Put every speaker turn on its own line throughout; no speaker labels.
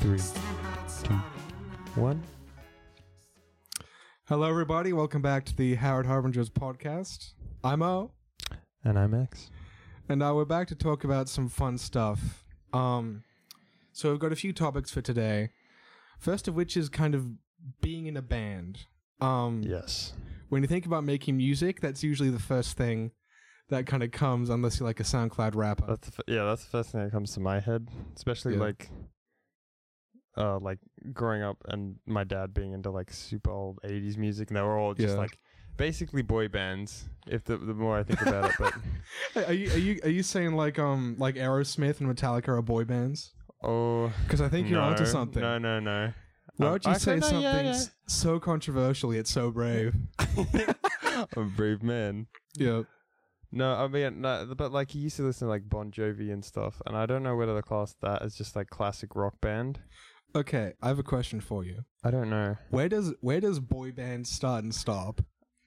Three, two, one.
Hello, everybody. Welcome back to the Howard Harbingers podcast. I'm O,
And I'm X.
and now we're back to talk about some fun stuff. Um, so we've got a few topics for today. First of which is kind of being in a band. Um,
Yes.
When you think about making music, that's usually the first thing that kind of comes, unless you're like a SoundCloud rapper.
That's the, f- yeah. That's the first thing that comes to my head, especially
Yeah.
like, uh, like growing up and my dad being into like super old '80s music, and they were all just
Yeah.
like basically boy bands. If the, the more I think about it, but
Hey, are you are you are you saying like um like Aerosmith and Metallica are boy bands?
oh,
Because I think you're
no,
onto something.
No, no, no.
Why
Um,
would you
actually,
say
no,
something
yeah,
s- so controversial yet so brave?
yeah. I'm a brave man.
yeah.
No, I mean, no, but like he used to listen to like Bon Jovi and stuff, and I don't know whether to class that as just like classic rock band.
Okay, I have a question for you.
I don't know.
Where does where does boy band start and stop?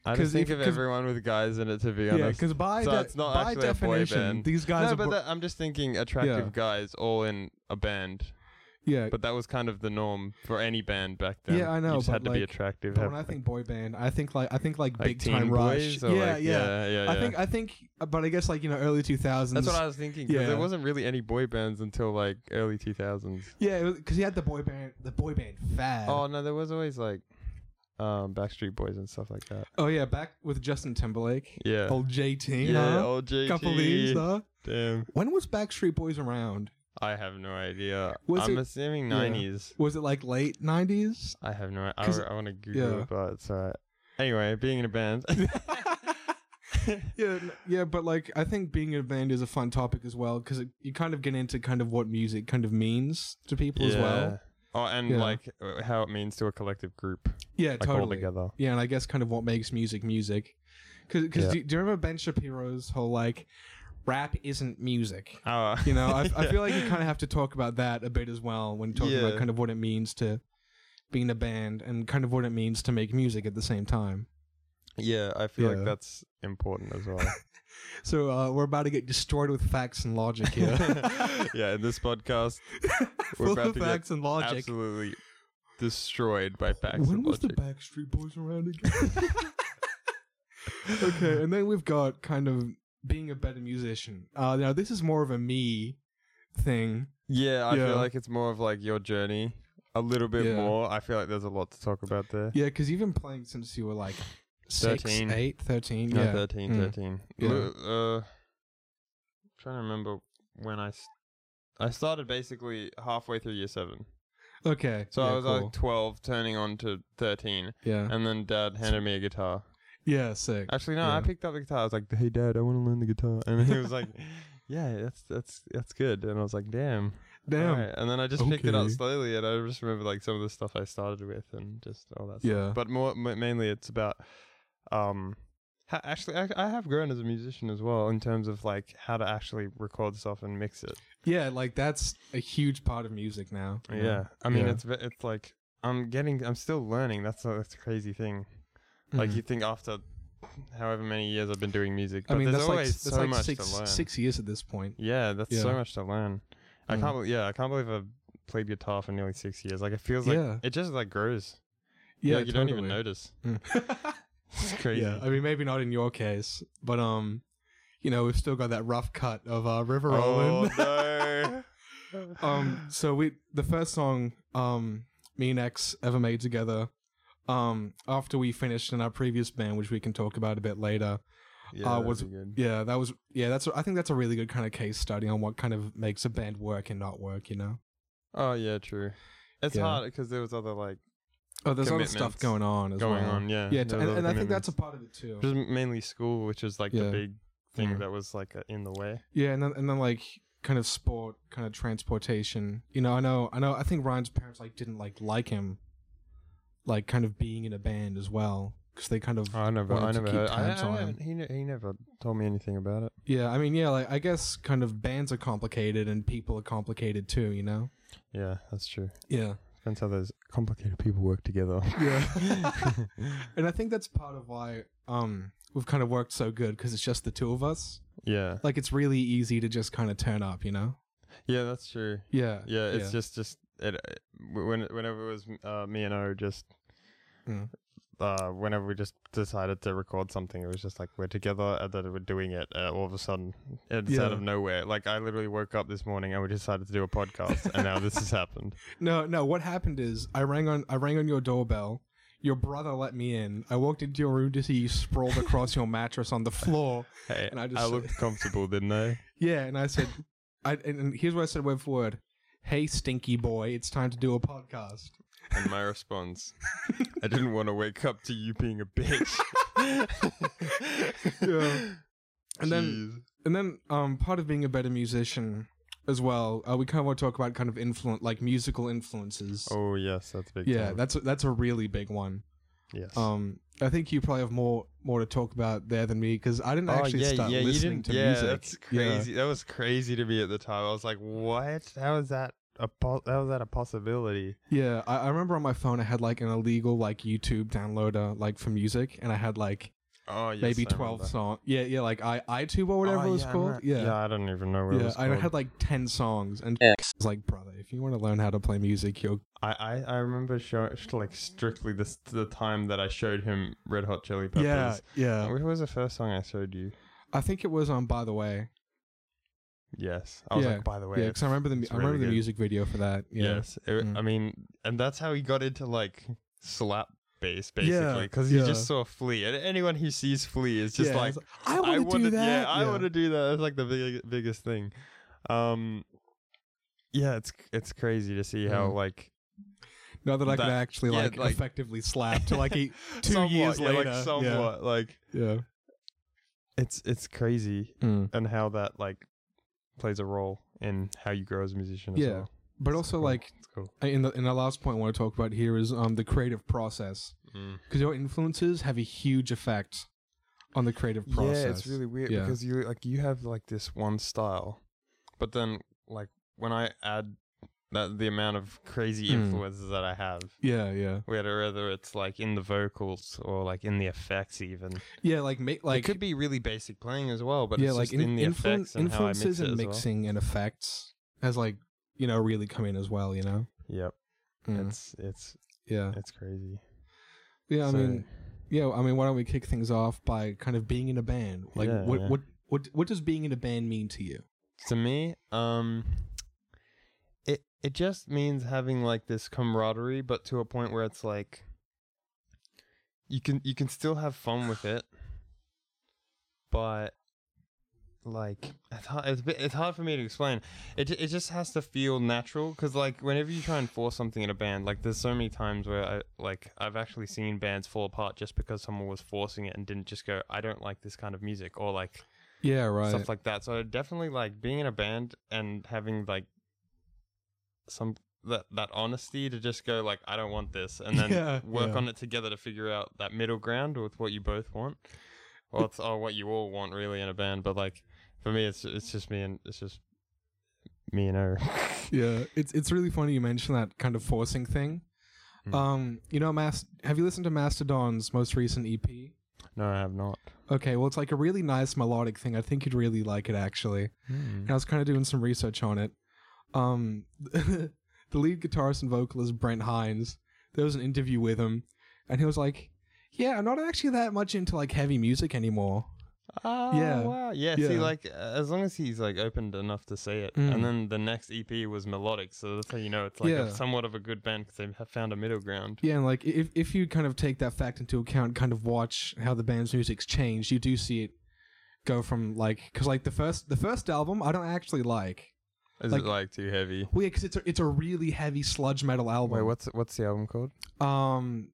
I
'Cause
just think
if-
of
'cause-
everyone with guys in it, to be
yeah,
honest.
because by
so
de-
it's not
by
actually a boy
definition,
band.
these guys
no,
are
but
bo-
that, I'm just thinking attractive
Yeah.
guys all in a band.
yeah. But,
But that was kind of the norm for any band back then.
Yeah, I know,
You just
but,
had to be
like-
attractive. have,
when I
like-
think boy band, I think like I think like,
like
big
Teen
time
boys
rush.
or
yeah,
like,
yeah,
yeah, yeah,
I think I think, but I guess like you know early two
that's
thousands.
what I was thinking. 'cause
Yeah.
There wasn't really any boy bands until like early 2000s.
yeah, because he had the boy band, the boy band fad.
Oh no, there was always like um, Backstreet Boys and stuff like that.
Oh yeah, back with Justin Timberlake,
Yeah.
old JT,
yeah,
huh?
old JT.
Couple leaves, huh?
Damn.
When was Backstreet Boys around?
I have no idea.
Was
I'm
it-
assuming
Yeah.
90s.
Was it like late nineties?
I have no. I,
'Cause-
I want to Google
yeah.
it, but it's alright. Anyway, being in a band.
Yeah, n- yeah, but like I think being in a band is a fun topic as well because you kind of get into kind of what music kind of means to people as well.
Oh, and
Yeah.
like uh, how it means to a collective group,
Yeah,
like all
totally.
together.
Yeah, and I guess kind of what makes music music. Because
Yeah.
do, do you remember Ben Shapiro's whole like rap isn't music?
Oh,
You know, I, I feel like you kind of have to talk about that a bit as well when talking about
Yeah.
kind of what it means to be in a band and kind of what it means to make music at the same time.
Yeah, I feel
Yeah.
like that's important as well.
So uh, we're about to get destroyed with facts and logic here.
yeah, in this podcast, we're
Full
about
of
to
facts and
get
logic.
absolutely destroyed by facts
when
and
was
logic.
the Backstreet Boys around again? okay, and then we've got kind of being a better musician. Uh, now this is more of a me thing.
yeah, I
Yeah.
feel like it's more of like your journey. A little bit
Yeah.
more. I feel like there's a lot to talk about there.
Yeah, because you've been playing since you were like six,
13.
eight, thirteen.
No,
yeah,
13,
Mm.
13.
Yeah.
Lu- Uh, trying to remember when I, s- I started basically halfway through year seven.
Okay.
So
yeah,
I was
cool.
like uh, 12, turning on to 13,
yeah,
and then dad handed me a guitar.
yeah, sick.
Actually, no, I
Yeah.
picked up the guitar. I was like, hey, dad, I want to learn the guitar. And he was like, yeah, that's that's that's good. And I was like, damn.
Damn.
Alright. And then I just picked it up
Okay.
slowly, and I just remember like some of the stuff I started with and just all that stuff.
Yeah.
But more m- mainly, it's about um. Ha- actually, I, I have grown as a musician as well in terms of like how to actually record stuff and mix it.
Yeah, like that's a huge part of music now.
Yeah. I mean,
Yeah.
it's ve- it's like I'm getting, I'm still learning. That's a, that's a crazy thing. Like
Mhm.
you think after however many years I've been doing music,
I
but
mean,
there's
that's like
always
that's
so
like
much
six
to learn.
six years at this point.
Yeah, Mm. that's so
Yeah.
much to learn. I can't believe. Yeah, I can't believe I've played guitar for nearly six years. Like it feels like
Yeah.
it just like grows.
Yeah,
like, you don't even
totally.
notice.
Mm.
It's crazy.
Yeah, I mean, maybe not in your case, but um, you know, we've still got that rough cut of uh, River
oh
Island.
no.
um, so we the first song um me and X ever made together, um, after we finished in our previous band, which we can talk about a bit later.
uh, yeah, that'd
was-
be good.
Yeah, that was yeah, that's I think that's a really good kind of case study on what kind of makes a band work and not work. You know,
Oh yeah, true. It's
Yeah.
hard because there was other like
oh, there's other stuff
Commitments
going on as
going
well.
on. Yeah,
Yeah,
there
and,
was
and
other
I think
commitments.
that's a part of it too.
Just m- mainly school, which is like
Yeah.
the big thing
Mm.
that was like uh, in the way.
Yeah, and then and then like kind of sport, kind of transportation. You know, I know, I know. I think Ryan's parents like didn't like like him, like kind of being in a band as well, because they kind of.
Oh, I never,
Wanted
I
to
never
keep
heard. I,
tabs on
I,
him.
he, ne- he never told me anything about it.
yeah, I mean, yeah, like I guess kind of bands are complicated and people are complicated too. You know.
Yeah, that's true.
Yeah.
Depends how those complicated people work together.
Yeah. and I think that's part of why um we've kind of worked so good because it's just the two of us.
yeah,
Like it's really easy to just kind of turn up, you know.
yeah, that's true.
Yeah.
Yeah, it's just just it, it when whenever it was uh, me and O just
Mm.
uh, whenever we just decided to record something, it was just like we're together and then we're doing it uh, all of a sudden it's out
Yeah.
of nowhere. Like I literally woke up this morning and we decided to do a podcast, and now this has happened.
No, no. What happened is I rang on I rang on your doorbell. Your brother let me in. I walked into your room to see you sprawled across your mattress on the floor.
Hey,
And I
I,
just-
looked comfortable, didn't I?
Yeah, and I said, I and, and here's what I said word for word. Hey, stinky boy, it's time to do a podcast.
And my response, I didn't want to wake up to you being a bitch.
Yeah. And then
Jeez.
and then um part of being a better musician as well, uh, we kind of want to talk about kind of influence like musical influences.
oh yes, that's big.
yeah,
time.
that's a, that's a really big one.
yes.
Um, I think you probably have more more to talk about there than me because I didn't actually start listening to
Oh, yeah,
music.
That's crazy. That was crazy to me at the time. I was like, what? How is that a po- how is that a possibility?
Yeah, I, I remember on my phone I had like an illegal like YouTube downloader like for music, and I had like
Oh yes,
maybe
I
twelve
remember.
songs. Yeah, yeah, like I iTube or whatever
Oh,
it was
yeah, I
called.
remember-
Yeah, yeah,
I don't even know where it was
I
called.
had like ten songs, and
Yeah.
was like, brother, if you want to learn how to play music, you're
I, I, I remember show, sh- like strictly this the time that I showed him Red Hot Chili Peppers.
yeah, yeah.
What was the first song I showed you?
I think it was on. By the way,
Yes. I was
Yeah.
like, by the way,
Yeah, 'cause yeah, because I remember the
it's
I remember
really
the
good.
music video for that. Yeah.
Yes. It-
Mm.
I mean, and that's how he got into like slap bass basically
Yeah,
because he
yeah.
just saw Flea. And anyone who sees Flea is just
Yeah, I
like,
was I want to do
wanna-
that.
Yeah, I want to do that. That's like the big, biggest thing. Um, yeah, it's it's crazy to see how
Mm.
like
Not that I could
that-
actually
yeah,
like,
like-
effectively slap to like eat. Two
somewhat,
years
yeah,
later,
like
yeah.
somewhat like
Yeah.
it's it's crazy
Mm.
and how that like plays a role in how you grow as a musician. As
Yeah.
well.
But
It's
also
cool.
like
it's cool.
I- in the in the last point I want to talk about here is um the creative process because your influences have a huge effect on the creative process.
Yeah, it's really weird
Yeah.
because you like you have like this one style, but then like when I add that the amount of crazy
Mm.
influences that I have,
yeah, yeah,
whether whether it's like in the vocals or like in the effects even
yeah. Like make
like
like
it could be really basic playing as well but
yeah,
it's
like
just in, the
influen-
effects and how I mix
influences
it
and
as
mixing and effects has like you know really come in as well. You know.
well. yep
Mm.
it's it's
Yeah.
it's crazy
Yeah. I
So,
mean, yeah. I mean, why don't we kick things off by kind of being in a band? Like,
Yeah,
what,
yeah.
what what what does being in a band mean to you?
to me um it it just means having like this camaraderie but to a point where it's like you can you can still have fun with it but like it's hard, it's, a bit- it's hard for me to explain it, ju- it just has to feel natural because like whenever you try and force something in a band like there's so many times where i like i've actually seen bands fall apart just because someone was forcing it and didn't just go i don't like this kind of music or like
Yeah. Right.
stuff like that. So definitely like being in a band and having like some that that honesty to just go like I don't want this, and then
Yeah,
work
yeah.
on it together to figure out that middle ground with what you both want, or it's or what you all want really in a band. But like for me, it's it's just me and it's just me and her.
yeah. It's it's really funny you mentioned that kind of forcing thing.
Mm.
Um, you know, Mas- have you listened to Mastodon's most recent E EP?
no, I have not.
Okay, well, it's like a really nice melodic thing. I think you'd really like it actually. And I was kind of doing some research on it. Um, the lead guitarist and vocalist Brent Hines. There was an interview with him, and he was like, "Yeah, I'm not actually that much into like heavy music anymore."
Oh,
Yeah.
wow. yeah. See,
Yeah.
like as long as he's like opened enough to say it,
Mm.
and then the next EP was melodic, so that's how you know it's like
Yeah.
a, somewhat of a good band because they have found a middle ground.
Yeah, and like if if you kind of take that fact into account, kind of watch how the band's music's changed, you do see it go from like because like the first the first album I don't actually like.
Is
Like-
it like too heavy?
Well, yeah, because it's a, it's a really heavy sludge metal album.
Oh, Wait, what's what's the album called?
Um,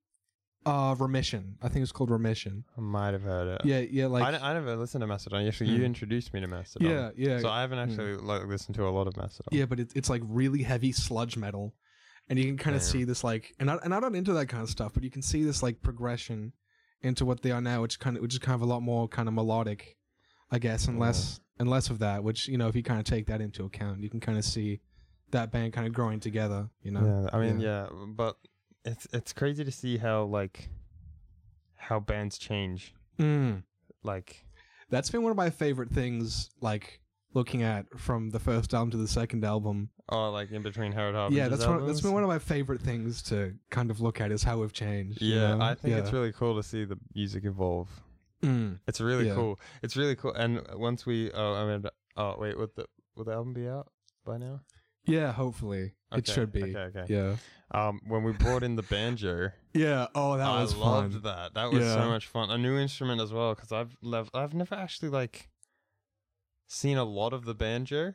uh, remission. I think it's called remission.
I might have heard it. Hmm.
Yeah, yeah, like
I, d- I never listened to Mastodon. Actually,
Mm.
you introduced me to Mastodon.
yeah, yeah,
So I haven't actually like listened to a lot of Mastodon.
yeah. But it's it's like really heavy sludge metal, and you can kind of
Damn.
see this like, and I and I'm not into that kind of stuff, but you can see this like progression into what they are now, which kind of which is kind of a lot more kind of melodic, I guess, and
Yeah.
less and less of that. Which you know, if you kind of take that into account, you can kind of see that band kind of growing together. You know.
Yeah, I mean, yeah. but it's it's crazy to see how like how bands change.
Mm.
Like,
That's been one of my favorite things, like looking at from the first album to the second album,
Oh, like in between Harold Harbinger's
yeah, that's one,
albums?
that's been one of my favorite things to kind of look at is how we've changed. you
Yeah,
know?
I think
yeah.
it's really cool to see the music evolve.
Mm.
It's really
Yeah.
cool. It's really cool. And once we, oh, I mean, oh wait, would the would the album be out by now?
yeah. Hopefully, it
Okay,
should be.
Okay, okay.
Yeah.
Um, when we brought in the banjo,
Yeah. Oh, that
I
was
loved
fun.
that. That was so
Yeah.
much fun. A new instrument as well, because I've lev- I've never actually like seen a lot of the banjo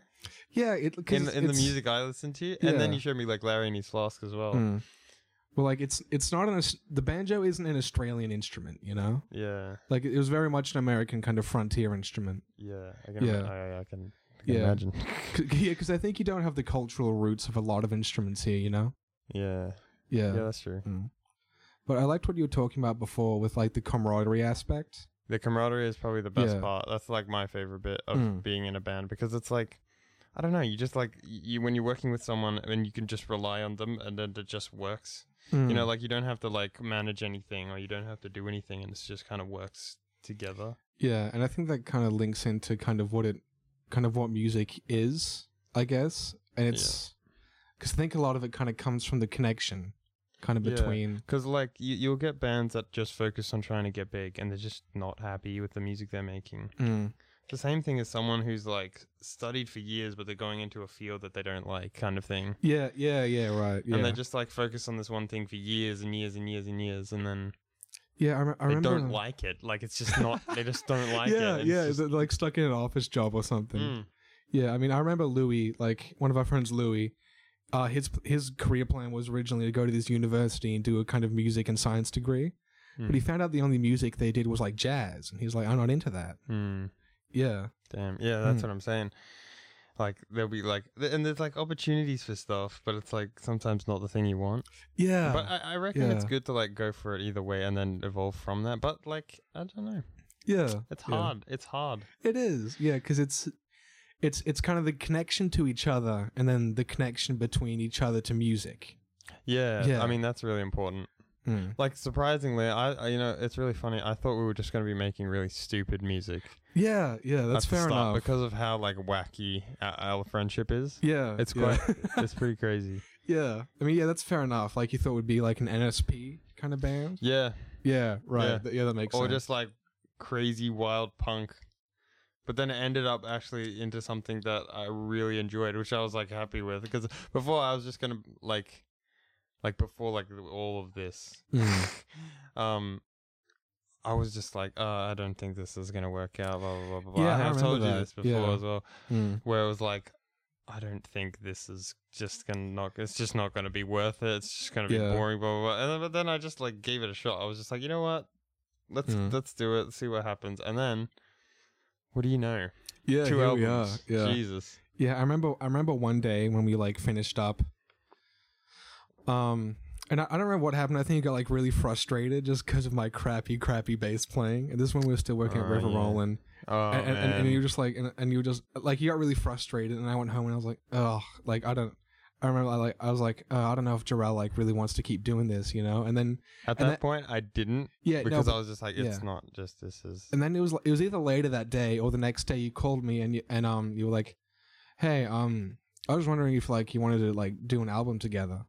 Yeah. It, 'cause
in in the
it's-
music I listen to, and then
Yeah.
you showed me like Larry and his flask as well.
Mm. Well, like it's it's not an Aus- the banjo isn't an Australian instrument, you know.
Yeah,
Like it was very much an American kind of frontier instrument.
yeah, I can,
Yeah.
I, I can, I can
Yeah.
imagine.
C- yeah, because I think you don't have the cultural roots of a lot of instruments here, you know.
yeah,
Yeah.
yeah, that's true.
Mm. But I liked what you were talking about before with like the camaraderie aspect.
The camaraderie is probably the best
Yeah.
part. That's like my favorite bit of
Mm.
being in a band because it's like, I don't know, you just like y- you when you're working with someone and you can just rely on them and then it just works.
Hmm.
You know, like you don't have to like manage anything or you don't have to do anything and it's just kind of works together.
Yeah, and I think that kind of links into kind of what it, kind of what music is, I guess. And it's because I think a lot of it kind of comes from the connection, kind of
Yeah.
between.
Because like you, you'll get bands that just focus on trying to get big and they're just not happy with the music they're making.
Mm.
It's the same thing as someone who's like studied for years but they're going into a field that they don't like, kind of thing.
Yeah, yeah, yeah, right. Yeah,
And they just like focus on this one thing for years and years and years and years and then
yeah. I, rem- I
they
remember.
don't like it. Like it's just not. they just don't like
yeah,
it. and
yeah,
It's
is
just,
it like stuck in an office job or something.
Mm,
Yeah, I mean, I remember Louis, like one of our friends, Louis. Uh, his his career plan was originally to go to this university and do a kind of music and science degree,
Mm.
but he found out the only music they did was like jazz, and he was like, "I'm not into that."
mm,
Yeah,
damn. Yeah, that's
Mm.
what I'm saying. Like there'll be like, th- and there's like opportunities for stuff, but it's like sometimes not the thing you want.
yeah,
but I, I reckon it's
yeah.
good to like go for it either way and then evolve from that. But like, I don't know.
yeah.
It's
Yeah.
hard. It's hard.
It is, yeah, because it's it's it's kind of the connection to each other, and then the connection between each other to music. Hmm.
Yeah,
Yeah.
I mean that's really important. Like surprisingly, I, I you know it's really funny. I thought we were just gonna be making really stupid music.
Yeah, yeah, that's
at the
fair
start
enough.
because of how like wacky our, our friendship is.
yeah,
It's
yeah.
quite. it's pretty crazy.
yeah. I mean, yeah, that's fair enough. Like you thought would be like an NSP kind of band.
Yeah,
Yeah, right.
Yeah.
Th- yeah that makes
or
sense.
just like crazy wild punk. But then it ended up actually into something that I really enjoyed, which I was like happy with because before I was just gonna like, like before like all of this,
Mm.
um, I was just like, uh, I don't think this is gonna work out. Blah blah blah blah. blah.
Yeah,
I,
I
have told
remember
you this
that.
before
Yeah.
as well,
Mm.
where it was like. I don't think this is just gonna not. It's just not gonna be worth it. It's just gonna be
Yeah.
boring, blah blah. blah. And then, but then I just like gave it a shot. I was just like, you know what? Let's
Mm.
let's do it. See what happens. And then, what do you know?
Yeah,
Two
here we
albums.
are. Yeah,
Jesus.
yeah. I remember. I remember one day when we like finished up. Um, and I, I don't remember what happened. I think I got like really frustrated just because of my crappy, crappy bass playing. And this one we were still working at
Oh,
River
yeah.
Rollin',
Oh
and, and,
man.
and, and you were just like, and, and you were just like, you got really frustrated. And I went home and I was like, oh, like I don't. I remember, I like, I was like, oh, I don't know if Jarrell like really wants to keep doing this, you know. And then,
At that,
and that-
point, I didn't
yeah, no,
because
but-
I was just like, it's
yeah.
not just this is.
and then it was it was either later that day or the next day you called me and you, and um you were like hey um i was wondering if like you wanted to like do an album together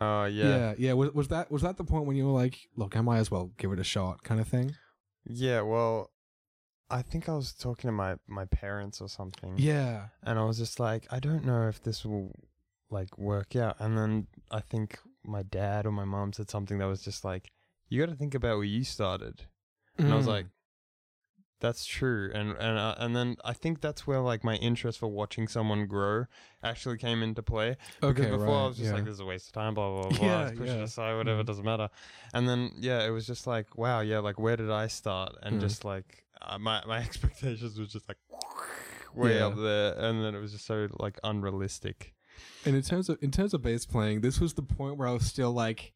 Oh yeah. yeah.
yeah, Was, was that was that the point when you were like look i might as well give it a shot kind of thing
Well, I think I was talking to my my parents or something.
yeah
and I was just like, I don't know if this will like work out. And then I think my dad or my mom said something that was just like, you got to think about where you started. And I was
Mm.
like, that's true. And and uh, and then I think that's where like my interest for watching someone grow actually came into play. Because
okay
before
right,
I was just
yeah.
like, this is a waste of time, blah, blah, blah. Yeah,
Yeah,
push it
yeah.
aside, whatever,
Mm.
doesn't matter. And then, yeah, it was just like, wow, yeah, like, where did I start? And
Mm.
just like, uh, my, my expectations was just like way
Yeah.
up there. And then it was just so, like, unrealistic.
and in terms of in terms of bass playing this was the point where i was still like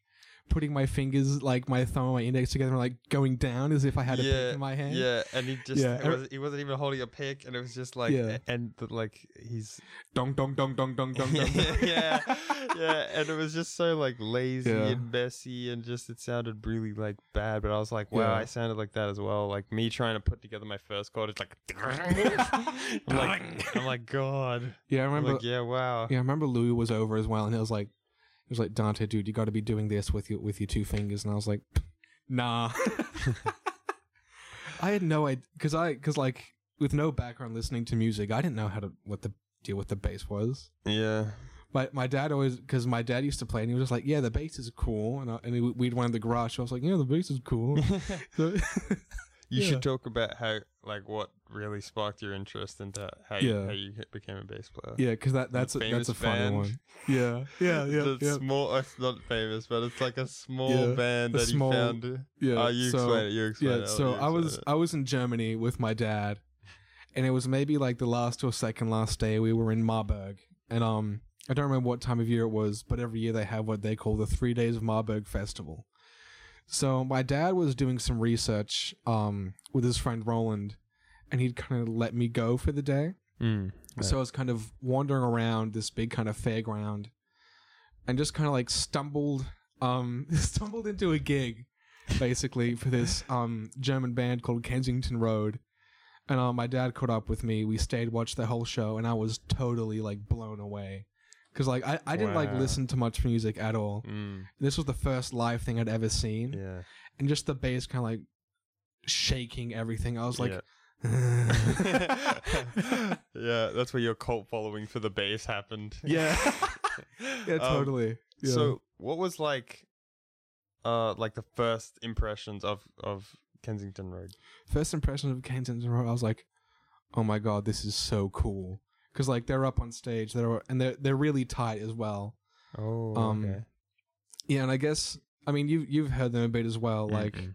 putting my fingers, like my thumb and my index together, and like going down as if I had a
Yeah,
pick in my hand.
Yeah, and he just
Yeah,
it
I-
was, he wasn't even holding a pick, and it was just like
Yeah.
a- and the, like he's
Dong, dong, dong, dong, dong, dong, dong.
yeah yeah, and it was just so like lazy
Yeah.
and messy, and just it sounded really like bad. But I was like, wow,
Yeah.
I sounded like that as well. Like me trying to put together my first chord, it's like I'm like, I'm like God,
yeah, I
I'm
remember.
like yeah, wow,
Yeah, I remember Louis was over as well, and it was like, it was like Dante, dude, you got to be doing this with your with your two fingers, and I was like, nah. I had no idea because I because like with no background listening to music, I didn't know how to what the deal with the bass was.
yeah,
My my dad always because my dad used to play, and he was just like, yeah, the bass is cool, and I, and we- we'd wind the garage. So I was like, yeah, the bass is cool. So-
You
Yeah.
should talk about how like what really sparked your interest into how you,
Yeah.
how you became a bass player.
yeah, because that that's a,
famous
that's a funny
band.
one. Yeah, yeah, yeah,
the
yeah.
small, it's not famous, but it's like a small
Yeah,
band
a
that
small-
he found.
yeah.
oh, you
so-
explain it. You explain it.
yeah
I'll
so
let you
i was
explain
i was in germany with my dad and it was maybe like the last or second last day we were in marburg and um i don't remember what time of year it was but every year they have what they call the three days of marburg festival so my dad was doing some research um with his friend roland and he'd kind of let me go for the day
it. Right.
so I was kind of wandering around this big kind of fairground and just kind of like stumbled um stumbled into a gig basically for this um German band called Kensington Road. And uh, my dad caught up with me. We stayed, watched the whole show, and I was totally like blown away. Cause like I, I didn't like
Wow.
listen to much music at all.
Mm,
This was the first live thing I'd ever seen,
yeah.
and just the bass kind of like shaking everything. I was like,
yeah. yeah, that's where your cult following for the bass happened.
yeah, yeah,
Um,
totally. Yeah.
So, what was like, uh, like the first impressions of of Kensington Road?
first impression of Kensington Road, I was like, "Oh my god, this is so cool!" Because like they're up on stage, they're and they're they're really tight as well.
Oh,
Um, Yeah, and I guess I mean you've you've heard them a bit as well. Like
Mm-mm.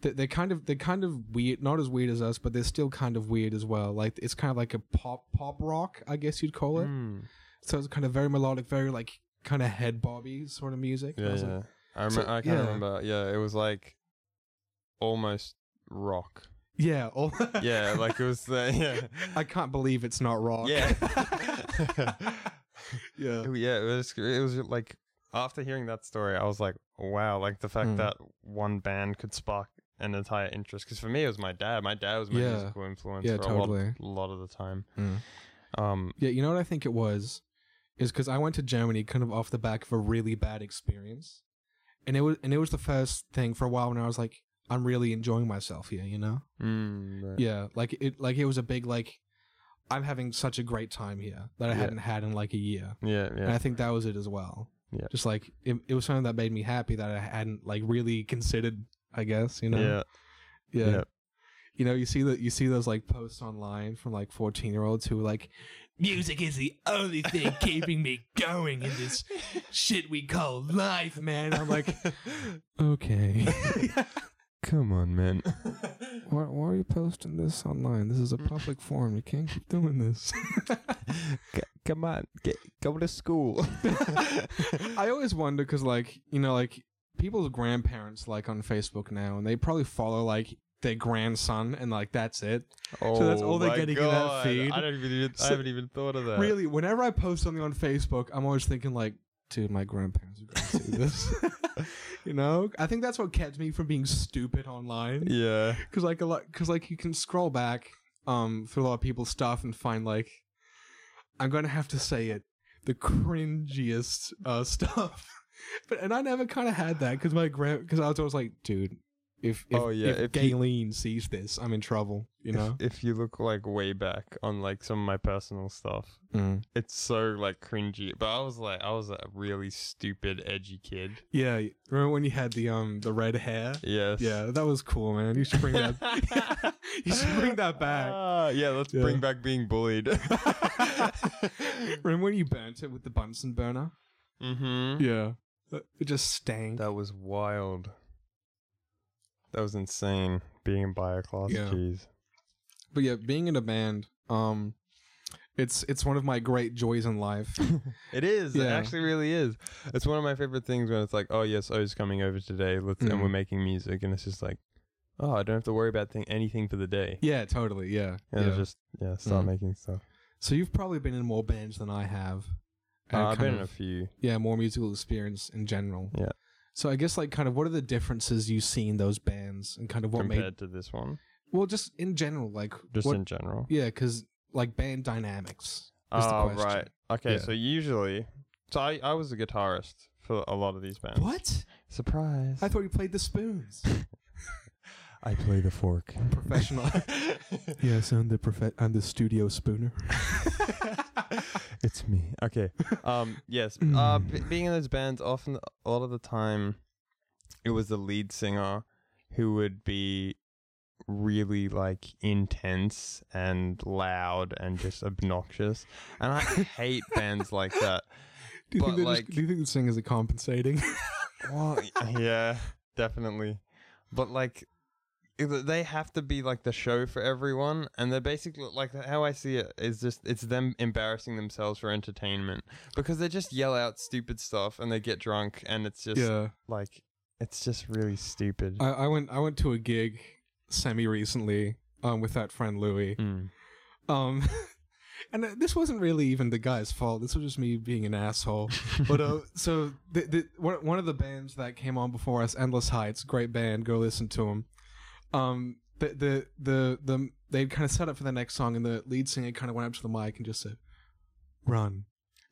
they- they're kind of they're kind of weird, not as weird as us, but they're still kind of weird as well. Like it's kind of like a pop pop rock, I guess you'd call it.
Mm.
So it's kind of very melodic, very like kind of head bobby sort of music. And I
Yeah,
was
yeah.
like,
I, rem-
So,
I can't
yeah.
remember. Yeah, it was like almost rock.
yeah. all-
Yeah, like it was. Uh, yeah,
I can't believe it's not rock.
yeah,
yeah.
Oh, yeah. It was. It was like after hearing that story, I was like, wow, like the fact
Hmm.
that one band could spark an entire interest. Because for me, it was my dad. My dad was my
Yeah.
musical influence
Yeah,
for
totally.
a lot, lot of the time.
Mm.
Um,
Yeah, you know what I think it was is because I went to Germany kind of off the back of a really bad experience, and it was and it was the first thing for a while when I was like, I'm really enjoying myself here, you know?
mm, right.
Yeah, like it like it was a big like, I'm having such a great time here that I
Yeah.
hadn't had in like a year,
yeah,
and
yeah,
I think that was it as well.
Yeah.
just like it, it was something that made me happy that I hadn't like really considered. I guess you know.
yeah,
Yeah.
Yeah.
You know, you see that you see those like posts online from like fourteen year olds who are like music is the only thing keeping me going in this shit we call life, man. I'm like Okay.
come on, man.
why, why are you posting this online? This is a public forum. You can't keep doing this.
come on, get, go to school.
I always wonder because, like, you know, like people's grandparents, like on Facebook now, and they probably follow like their grandson, and like that's it.
oh,
that's all they're
my
getting in that feed.
I don't even. even- I
So-
haven't even thought of that.
really whenever i post something on facebook i'm always thinking like dude my grandparents are going to see this you know i think that's what kept me from being stupid online
Yeah.
because like a lot because like you can scroll back um through a lot of people's stuff and find like i'm gonna have to say it the cringiest uh stuff but and i never kind of had that because my grand because i was always like dude if if,
Oh, yeah,
if,
if you-
Galen sees this i'm in trouble you know
If, if you look like way back on like some of my personal stuff, it's so like cringy. But I was like, I was a really stupid, edgy kid.
yeah remember when you had the um the red hair
Yes.
Yeah, that was cool, man. You should bring that. you should bring that back.
Ah, yeah. Let's
Yeah.
bring back being bullied.
Remember when you burnt it with the Bunsen burner?
mm-hmm.
Yeah, it just stank.
That was wild. That was insane. Being in bio class,
Yeah.
jeez.
But yeah, being in a band, um, It's it's one of my great joys in life.
It is. It
Yeah.
actually really is. It's one of my favorite things when it's like, oh yes, O's coming over today, let's and
Mm.
we're making music, and it's just like, oh, I don't have to worry about thing- anything for the day.
yeah, totally. Yeah.
And
yeah.
it's just yeah, start
Mm.
making stuff.
so you've probably been in more bands than I have. and
Uh, I've
kind
been in a
of-
few.
yeah, more musical experience in general.
Yeah.
So I guess like kind of what are the differences you see in those bands and kind of what
compared
made
to this one,
well just in general like
just
what
in general.
yeah because like band dynamics. is the
Oh,
question.
right. Okay,
Yeah.
so usually, so I, I was a guitarist for a lot of these bands.
What?
Surprise!
I thought you played the spoons.
I play the fork.
Professional. yes, I'm the prof- I'm the studio spooner.
it's me. Okay. Um. Yes. Uh. b- being in those bands, often a lot of the time, it was the lead singer who would be really like intense and loud and just obnoxious, and I hate bands like that.
Do you
But,
think they're
like-
just, do you think the singers are compensating?
Well, y- yeah, definitely. But like, i- th- they have to be like the show for everyone, and they're basically like how I see it is just it's them embarrassing themselves for entertainment because they just yell out stupid stuff and they get drunk, and it's just
yeah.
like it's just really stupid.
I, I went I went to a gig semi recently um with that friend Louis.
Mm.
Um and uh, this wasn't really even the guy's fault. This was just me being an asshole. But uh, so the, the, one one of the bands that came on before us, Endless Heights, great band, go listen to them. Um, the the the, the they kind of set up for the next song, and the lead singer kind of went up to the mic and just said, "Run,"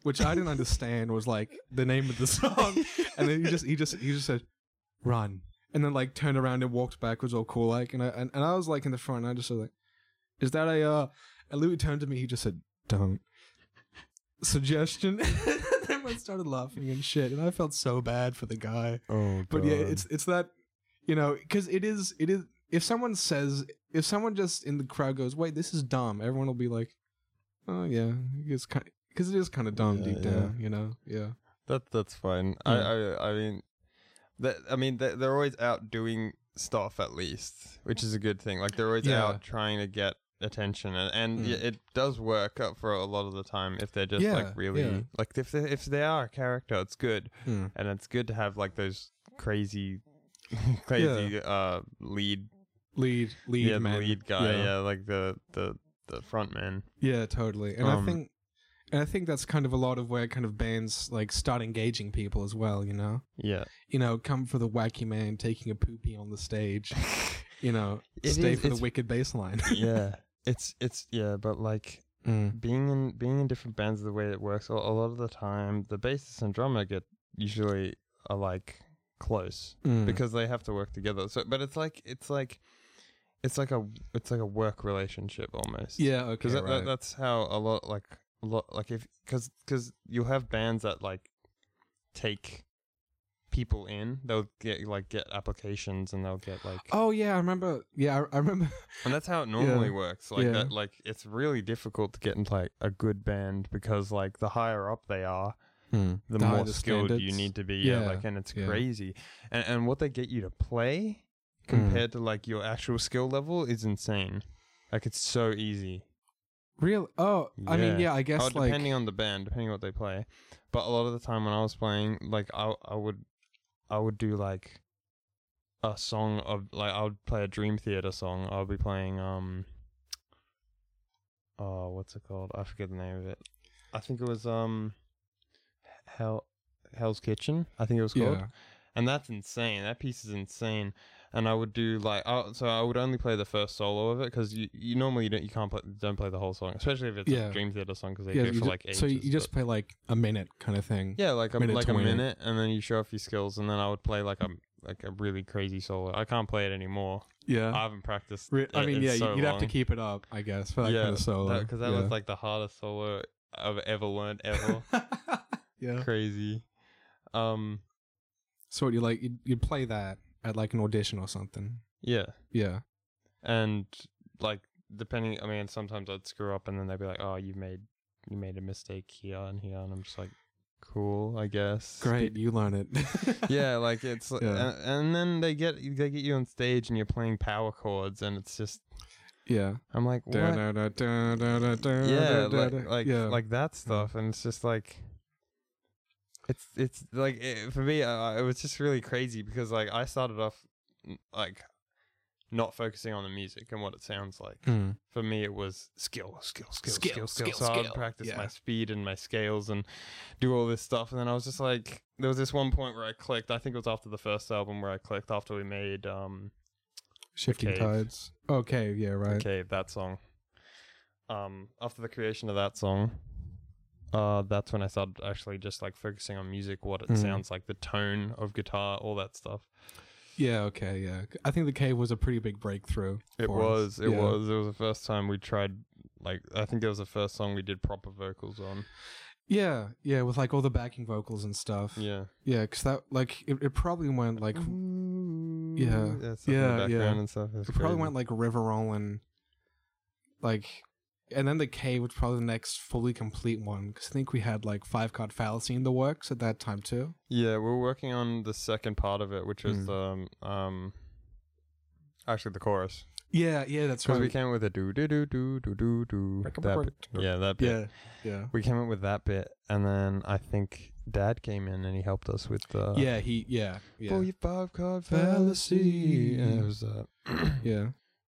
which I didn't understand was like the name of the song, and then he just he just he just said, "Run," and then like turned around and walked backwards all cool like, and I and, and I was like in the front, and I just was like, "Is that a?" Uh, and Louis turned to me, he just said, "Don't." suggestion. Everyone started laughing and shit, and I felt so bad for the guy.
oh,
But yeah, it's it's that you know because it is it is if someone says if someone just in the crowd goes wait this is dumb everyone will be like oh yeah it's kind because it is kind of dumb
Yeah,
deep
yeah.
down you know yeah
that that's fine. I, I I mean, that I mean they're, they're always out doing stuff at least, which is a good thing. Like they're always
Yeah.
out trying to get attention, and, and
Mm.
yeah, it does work out for a lot of the time if they're just
Yeah,
like really
yeah.
like if they if they are a character, it's good,
Hmm.
and it's good to have like those crazy, crazy uh lead
lead lead
yeah,
man
lead guy,
yeah
yeah. like the the the front man.
Yeah, totally and
Um,
I think and I think that's kind of a lot of where kind of bands like start engaging people as well you know
Yeah,
you know come for the wacky man taking a poopy on the stage you know
It
stay
is-
for the
it's-
wicked bass line
yeah. It's it's yeah, but like being in being in different bands the way it works a, a lot of the time the bassist and drummer get usually are like close
Hmm.
because they have to work together so but it's like it's like it's like a it's like a work relationship almost
yeah okay
because that,
right.
that, that's how a lot like a lot like if because because you'll have bands that like take people in they'll get like get applications and they'll get like
Oh yeah, I remember. Yeah, I, I remember.
and that's how it normally works. Like
Yeah.
that, like it's really difficult to get into like a good band because like the higher up they are, the,
The higher
more
the
skilled you
standards.
need to be. Yeah,
Yeah,
like and it's
yeah. Mm.
crazy. And and what they get you to play compared to like your actual skill level is insane. Like it's so easy.
Real. Oh,
Yeah.
I mean, yeah. I guess
Oh,
like.
depending on the band, depending on what they play. But a lot of the time when I was playing, like I I would I would do like a song of like I would play a Dream Theater song. I would be playing um oh what's it called? I forget the name of it. I think it was um Hell Hell's Kitchen. I think it was called
yeah.
and that's insane. That piece is insane. And I would do like oh, so I would only play the first solo of it because you, you normally don't you can't play, don't play the whole song, especially if it's
Yeah.
a Dream Theater song because they
yeah
do it
you
for
ju-
like ages.
so you just
but-
play like a minute kind of thing.
yeah like a
minute
like
to
a
win it.
minute and then you show off your skills and then I would play like a like a really crazy solo. I can't play it anymore.
Yeah.
I haven't practiced.
Re- I
it
mean,
in
yeah.
so
you'd have to
long.
keep it up, I guess, for that
yeah
kind of solo.
because that, was like the hardest solo I've ever learned ever.
like. yeah.
crazy. Um
So what you like? You'd, you'd play that at like an audition or something.
yeah.
Yeah.
and like depending i mean sometimes i'd screw up and then they'd be like oh you made you made a mistake here and here and i'm just like cool i guess
Great. You learn it.
yeah like it's
Yeah.
and, and then they get they get you on stage and you're playing power chords and it's just
Yeah.
I'm like, what? yeah,
Yeah,
like like, like that stuff, and it's just like, it's it's like it, for me, uh, it was just really crazy because like I started off n- like not focusing on the music and what it sounds like.
Mm.
For me, it was skill, skill, skill,
Skill,
skill, skill.
skill,
so I would
skill.
practice
Yeah.
my speed and my scales and do all this stuff, and then I was just like, there was this one point where I clicked. I think it was after the first album where I clicked after we made um
Shifting
cave.
tides. Okay, yeah, right.
Okay, that song. Um, after the creation of that song, uh, that's when I started actually just like focusing on music, what it
Mhm.
sounds like, the tone of guitar, all that stuff.
Yeah, okay, yeah. I think the cave was a pretty big breakthrough.
It
for
was,
us.
it
Yeah.
was, it was the first time we tried. Like, I think it was the first song we did proper vocals on.
Yeah, yeah, with like all the backing vocals and stuff. Yeah,
Yeah,
because that like it, it probably went like it
yeah, stuff in the
yeah, yeah.
background and stuff. It, was
probably
crazy.
went like river rolling, like, and then the cave was probably the next fully complete one because I think we had like five card fallacy in the works at that time too.
Yeah, we we're working on the second part of it, which is
Mm.
the um, um, actually the chorus.
Yeah, yeah, that's
Because
right.
we came up with a do do do do do do do. That bit. Yeah, that bit.
yeah, yeah.
We came up with that bit, and then I think Dad came in and he helped us with the
yeah, he, yeah, yeah,
forty-five card fallacy. And it was uh,
yeah.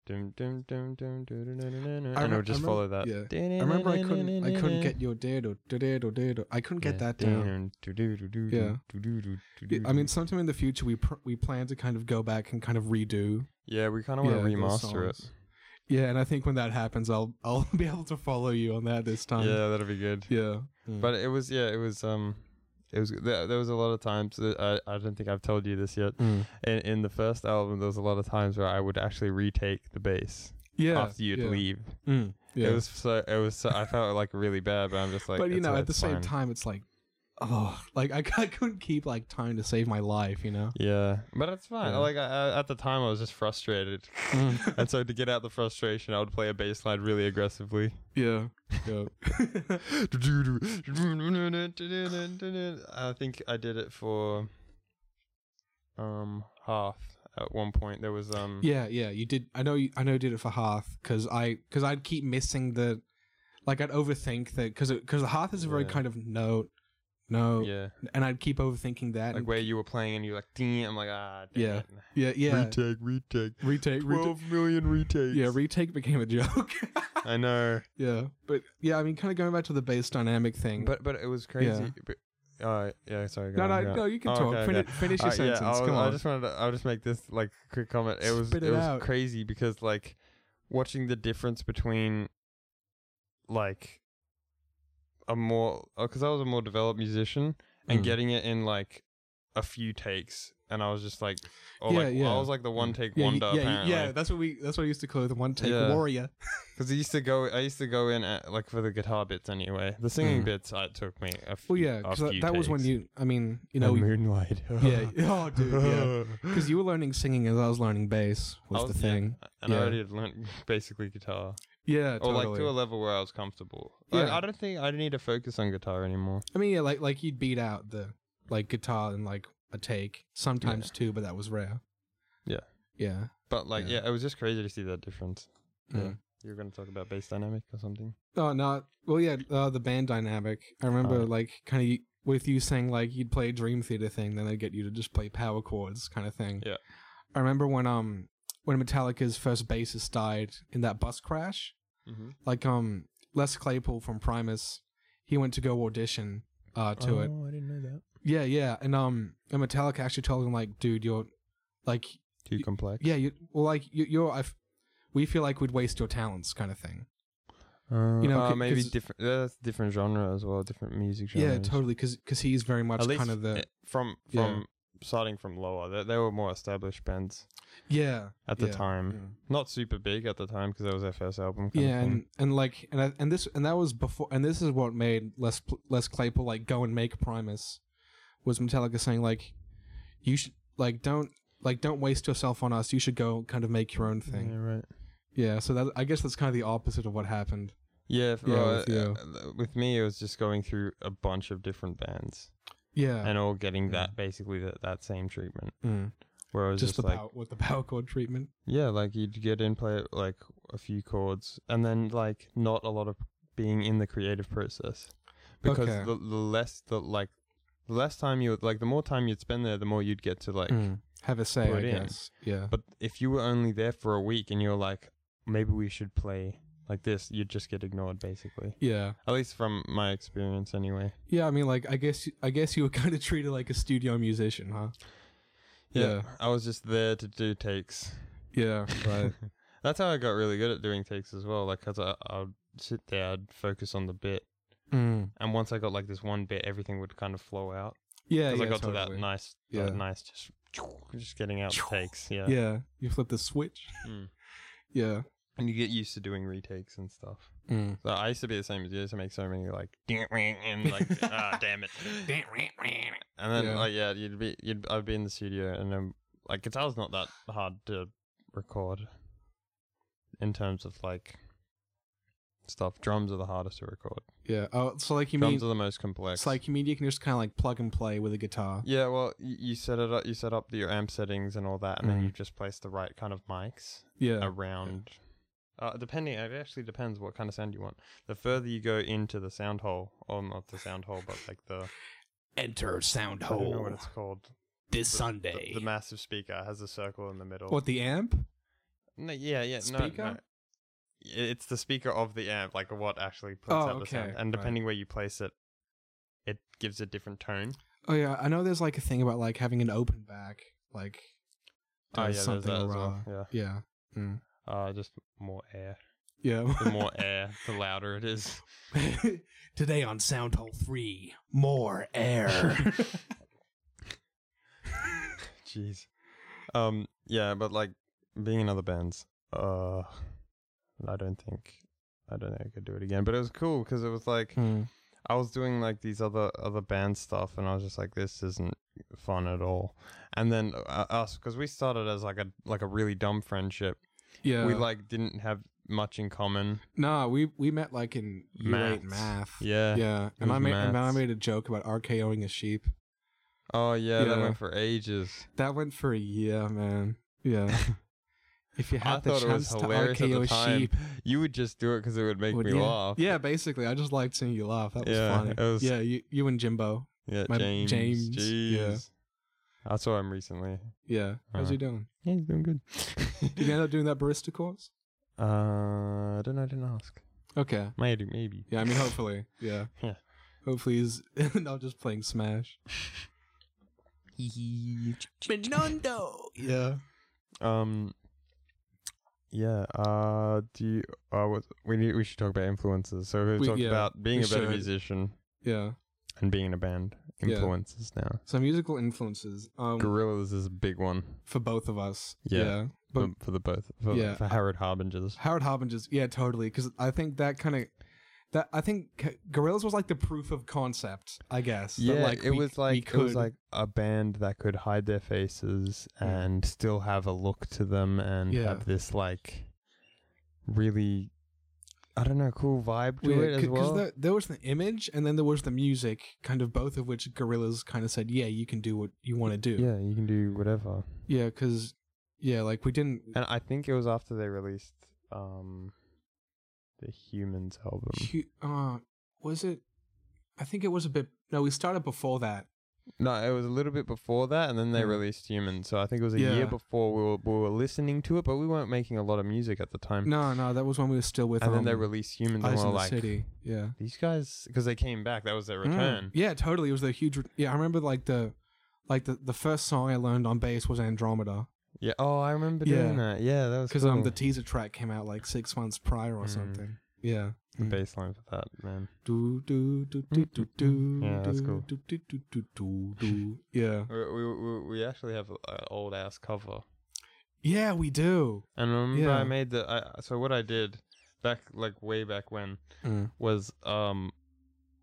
dum, dum, dum, dum, dum, dum, dum, dum,
I
and it
remem-
would just
I remem-
follow that.
yeah. I remember I couldn't, I couldn't get your dad or dad or dad. I couldn't get that down. Yeah. Yeah, I mean, sometime in the future, we pr- we plan to kind of go back and kind of redo.
yeah, we kind of want to
yeah, those
remaster it.
songs. Yeah, and I think when that happens, I'll I'll be able to follow you on that this time.
Yeah, that'll be good.
yeah. Mm.
But it was yeah, it was um, it was there, there was a lot of times that I I don't think I've told you this yet.
Mm.
In in the first album, there was a lot of times where I would actually retake the bass
yeah,
after you'd
yeah.
leave.
Mm, yeah.
It was so it was so I felt like really bad, but I'm just like.
but you
"It's
know,
all-
at the
it's
same
fine."
time, it's like, oh, like I, I couldn't keep like time to save my life, you know.
Yeah, but it's fine.
Yeah. Mm.
Like I, I, at the time, I was just frustrated, and so to get out the frustration, I would play a bass line really aggressively.
yeah. Yeah.
I think I did it for um Hearth at one point. There was um
Yeah, yeah, you did. I know, you, I know, you did it for Hearth because I because I'd keep missing the, like I'd overthink that because because Hearth is a very
Yeah.
kind of note, no,
yeah
and I'd keep overthinking that.
like
and-
where you were playing and you were like "Ding," I'm like ah damn
Yeah.
it."
yeah, yeah,
retake retake
retake, retake,
twelve million retakes
yeah, retake became a joke.
I know
yeah, but yeah, I mean, kind of going back to the base dynamic thing.
but but it was crazy but, uh yeah sorry go
no,
on,
no,
go on.
no, you can
Oh,
talk.
okay,
Fini-
okay.
Finish your
Uh,
sentence.
Yeah, I'll,
Come
I
on.
just wanted to, I'll just make this like quick comment. It was
Spit
it,
it
was
out.
crazy because like watching the difference between like a more because I was a more developed musician and
Mm.
getting it in like a few takes, and I was just like, oh,
Yeah,
like
yeah. Mm.
I was like the one take
yeah, you-
wonder
yeah, you-
apparently.
yeah, that's what we that's what I used to call the one take
Yeah.
warrior.
Because I used to go, I used to go in at, like for the guitar bits anyway. The singing
Mm.
bits uh, it took me. A few,
Well, yeah,
a
because that,
few
that was when
takes.
you. I mean,
And
you know, we-
moonlight.
yeah, oh, dude, yeah. Because you were learning singing as I was learning bass was,
I
the
Oh, yeah,
thing.
and
Yeah.
I already had learned basically guitar,
Yeah,
or like to a level where I was comfortable. Like,
Yeah.
I don't think I need to focus on guitar anymore.
I mean, yeah, like like you'd beat out the like guitar in like a take, sometimes two, but that was rare.
Yeah.
Yeah.
But like,
Yeah.
yeah, it was just crazy to see that difference. Yeah.
Mm.
You were going to talk about bass dynamic or something.
Oh no. Well, yeah, uh, the band dynamic. I remember
Alright.
like kind of with you saying like you'd play a Dream Theater thing, then they'd get you to just play power chords kind of thing.
Yeah.
I remember when um when Metallica's first bassist died in that bus crash.
Mm-hmm.
like um Les Claypool from Primus, he went to go audition uh to it.
Oh, I didn't know that.
Yeah, yeah, and um and Metallica actually told him like, dude, you're like,
Too
Y-
complex.
yeah, you well like you, you're I've, we feel like we'd waste your talents kind of thing.
Uh,
You know,
uh,
c-
maybe
'cause-
different. That's different genre as well. Different music genre.
Yeah, totally, because he's very much
At least
kind of the
eh, from
yeah.
from starting from lower, they, they were more established bands
yeah
at the
yeah,
time.
yeah.
Not super big at the time because that was their first album. kind of
Yeah,
thing.
and, and like and I, and this and that was before and this is what made Les Pl- Les Claypool like go and make Primus was Metallica saying like you should like don't like don't waste yourself on us. You should go kind of make your own
Yeah,
thing.
right.
Yeah, so that I guess that's kind of the opposite of what happened.
Yeah, f-
Yeah,
well,
with
uh,
you.
uh, with me, it was just going through a bunch of different bands
Yeah.
and all getting
Yeah.
that basically that, that same treatment.
Mm.
Where I was
just
just,
the
like,
power, with the power chord treatment.
yeah, like you'd get in, play like a few chords, and then like not a lot of being in the creative process because
Okay.
the, the less the like the less time you like the more time you'd spend there, the more you'd get to like.
Mm. Have a say,
put
I
it in.
guess. Yeah.
But if you were only there for a week and you were like, maybe we should play like this, you'd just get ignored basically.
Yeah.
At least from my experience, anyway.
Yeah, I mean, like, I guess, I guess you were kind of treated like a studio musician, huh? Yeah.
I was just there to do takes.
Yeah, right.
That's how I got really good at doing takes as well. Like, cause I, I'd sit there, I'd focus on the bit,
Mm.
and once I got like this one bit, everything would kind of flow out.
Yeah,
Because
yeah,
I got to
totally.
that nice,
Yeah.
that nice, just just getting out the takes. Yeah.
Yeah, you flip the switch.
Mm.
Yeah.
And you get used to doing retakes and stuff. So I used to be the same as you. I used to make so many like and like ah damn it, and then
Yeah.
like yeah, you'd be you'd I'd be in the studio and then like guitar's not that hard to record in terms of like stuff. Drums are the hardest to record.
Yeah. Oh, so like you
Drums
mean
are the most complex.
it's like you mean you can just kind of like plug and play with a guitar.
yeah, well, y- you set it up. You set up your amp settings and all that, and then
Mm.
you just place the right kind of mics
Yeah.
around. Uh, depending, it actually depends what kind of sound you want. The further you go into the sound hole, or not the sound hole, but like the
Enter sound
I don't know what it's called.
this
The,
Sunday.
the massive speaker has a circle in the middle.
what the amp?
No, yeah, yeah, no,
Speaker?
no. It's the speaker of the amp, like what actually puts
Oh,
out the sound.
okay,
And
right.
depending where you place it, it gives a different tone.
Oh yeah, I know. There's like a thing about like having an open back, like
Oh, yeah,
does
there's
something
that
or
as well.
other. yeah, Mm.
Yeah, uh, just more air.
yeah.
The more air, the louder it is.
Today on Sound Hole Three, more air.
Jeez. Um, yeah, but like being in other bands, uh, I don't think, I don't think I could do it again. But it was cool because it was like
Hmm.
I was doing like these other other band stuff, and I was just like, this isn't fun at all. And then uh, us, because we started as like a like a really dumb friendship,
Yeah,
we like didn't have much in common.
Nah, we we met like in year eight
Maths.
math.
Yeah.
yeah. And
was
I made and I
maths.
made a joke about RKOing a sheep.
Oh yeah, that
Yeah.
went for ages.
That went for a year, man. Yeah. if you
I
had the
thought it was
chance to
hilarious at the
RKO a
time.
sheep,
You would just do it because it would make
would
me
you?
laugh.
Yeah, basically, I just liked seeing you laugh. That was
Yeah,
funny.
it was-
Yeah, you you and Jimbo.
Yeah,
My-
James.
James,
Jeez.
yeah.
I saw him recently.
Yeah. How's
Uh-huh.
he doing?
Yeah, he's doing good.
Did you end up doing that barista course?
uh, I don't know. I didn't ask.
Okay.
Maybe, maybe.
Yeah, I mean, hopefully. Yeah.
Yeah.
Hopefully he's not just playing Smash. Fernando. Yeah.
um. Yeah. Uh. Do you? Uh. What, we need. We should talk about influences. So we've
We-
talked
yeah,
about being
we
a better
should.
musician
Yeah.
and being in a band.
Yeah.
Influences now.
So musical influences. Um,
Gorillas is a big one
for both of us.
Yeah.
But
for, for the both for,
Yeah.
for Howard Harbinger's.
Howard Harbinger's, yeah, totally. Because I think that kind of that I think G- Gorillaz was like the proof of concept, I guess. that,
Yeah,
like,
it
we-
was
we
like it was
could-
like a band that could hide their faces
Mm.
and still have a look to them and
Yeah.
have this like really I don't know cool vibe to
Yeah,
it as
c-
well.
there, there was the image, and then there was the music, kind of both of which Gorillaz kind of said, "Yeah, you can do what you want to do."
yeah, you can do whatever.
Yeah, because yeah, like we didn't
And I think it was after they released um the Humans album.
Hu- uh, was it? I think it was a bit. No, we started before that.
No, it was a little bit before that, and then they
Mm.
released Humans. So I think it was a
Yeah.
year before we were, we were listening to it, but we weren't making a lot of music at the time.
No, no, that was when we were still with.
Mm. and then
um,
they released Humans, and
Eyes
we
in
were
the
like,
City. Yeah.
these guys, because they came back, that was their
Mm.
return.
Yeah, totally. It was a huge. Re- yeah, I remember like the, like the the first song I learned on bass was Andromeda
Yeah. Oh, I remember
Yeah.
doing that. Yeah, that was
because
cool.
um the teaser track came out like six months prior or
Mm.
something. Yeah.
the
Mm.
bass line for that man.
Do do do do do do.
Mm. Yeah, that's
do,
cool.
Do, do, do, do, do, do. Yeah.
We we we, we actually have an old ass cover.
Yeah, we do.
And remember,
Yeah.
I made the. I, so what I did back, like way back when, was um,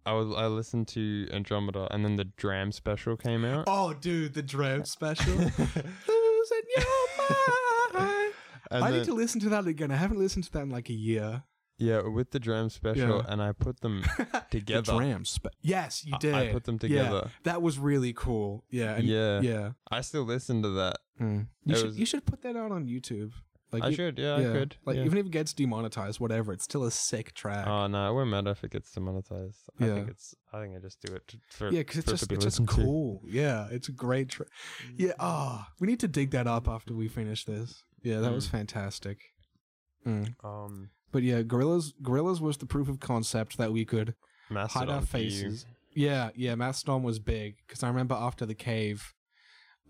I was I listened to Andromeda, and then the Dram special came out.
Oh, dude, the Dram special. Losing your mind.
And
I
then,
need to listen to that again. I haven't listened to that in like a year.
yeah, with the dram special,
Yeah.
and I put them
The
together.
drams. but- yes, you
I-
did.
I put them together.
That was really cool. Yeah. and-
yeah.
Yeah.
I still listen to that.
You
It
should
was-
you should put that out on YouTube. Like
I
you-
should. Yeah, I could.
Like
yeah.
even if it gets demonetized, whatever, it's still a sick track.
Oh no, it won't matter if it gets demonetized. I
Yeah.
think it's. I think I just do it t- for.
yeah, because it's
for it
just
to be
it's just
listened to.
cool. Yeah, it's a great track. Yeah. Oh, we need to dig that up after we finish this. Yeah, that was
Mm.
fantastic. Hmm.
Um,
But yeah, gorillas gorillas was the proof of concept that we could
Mastodon
hide our
for you.
faces. Yeah, yeah, Mastodon was big because I remember after the cave,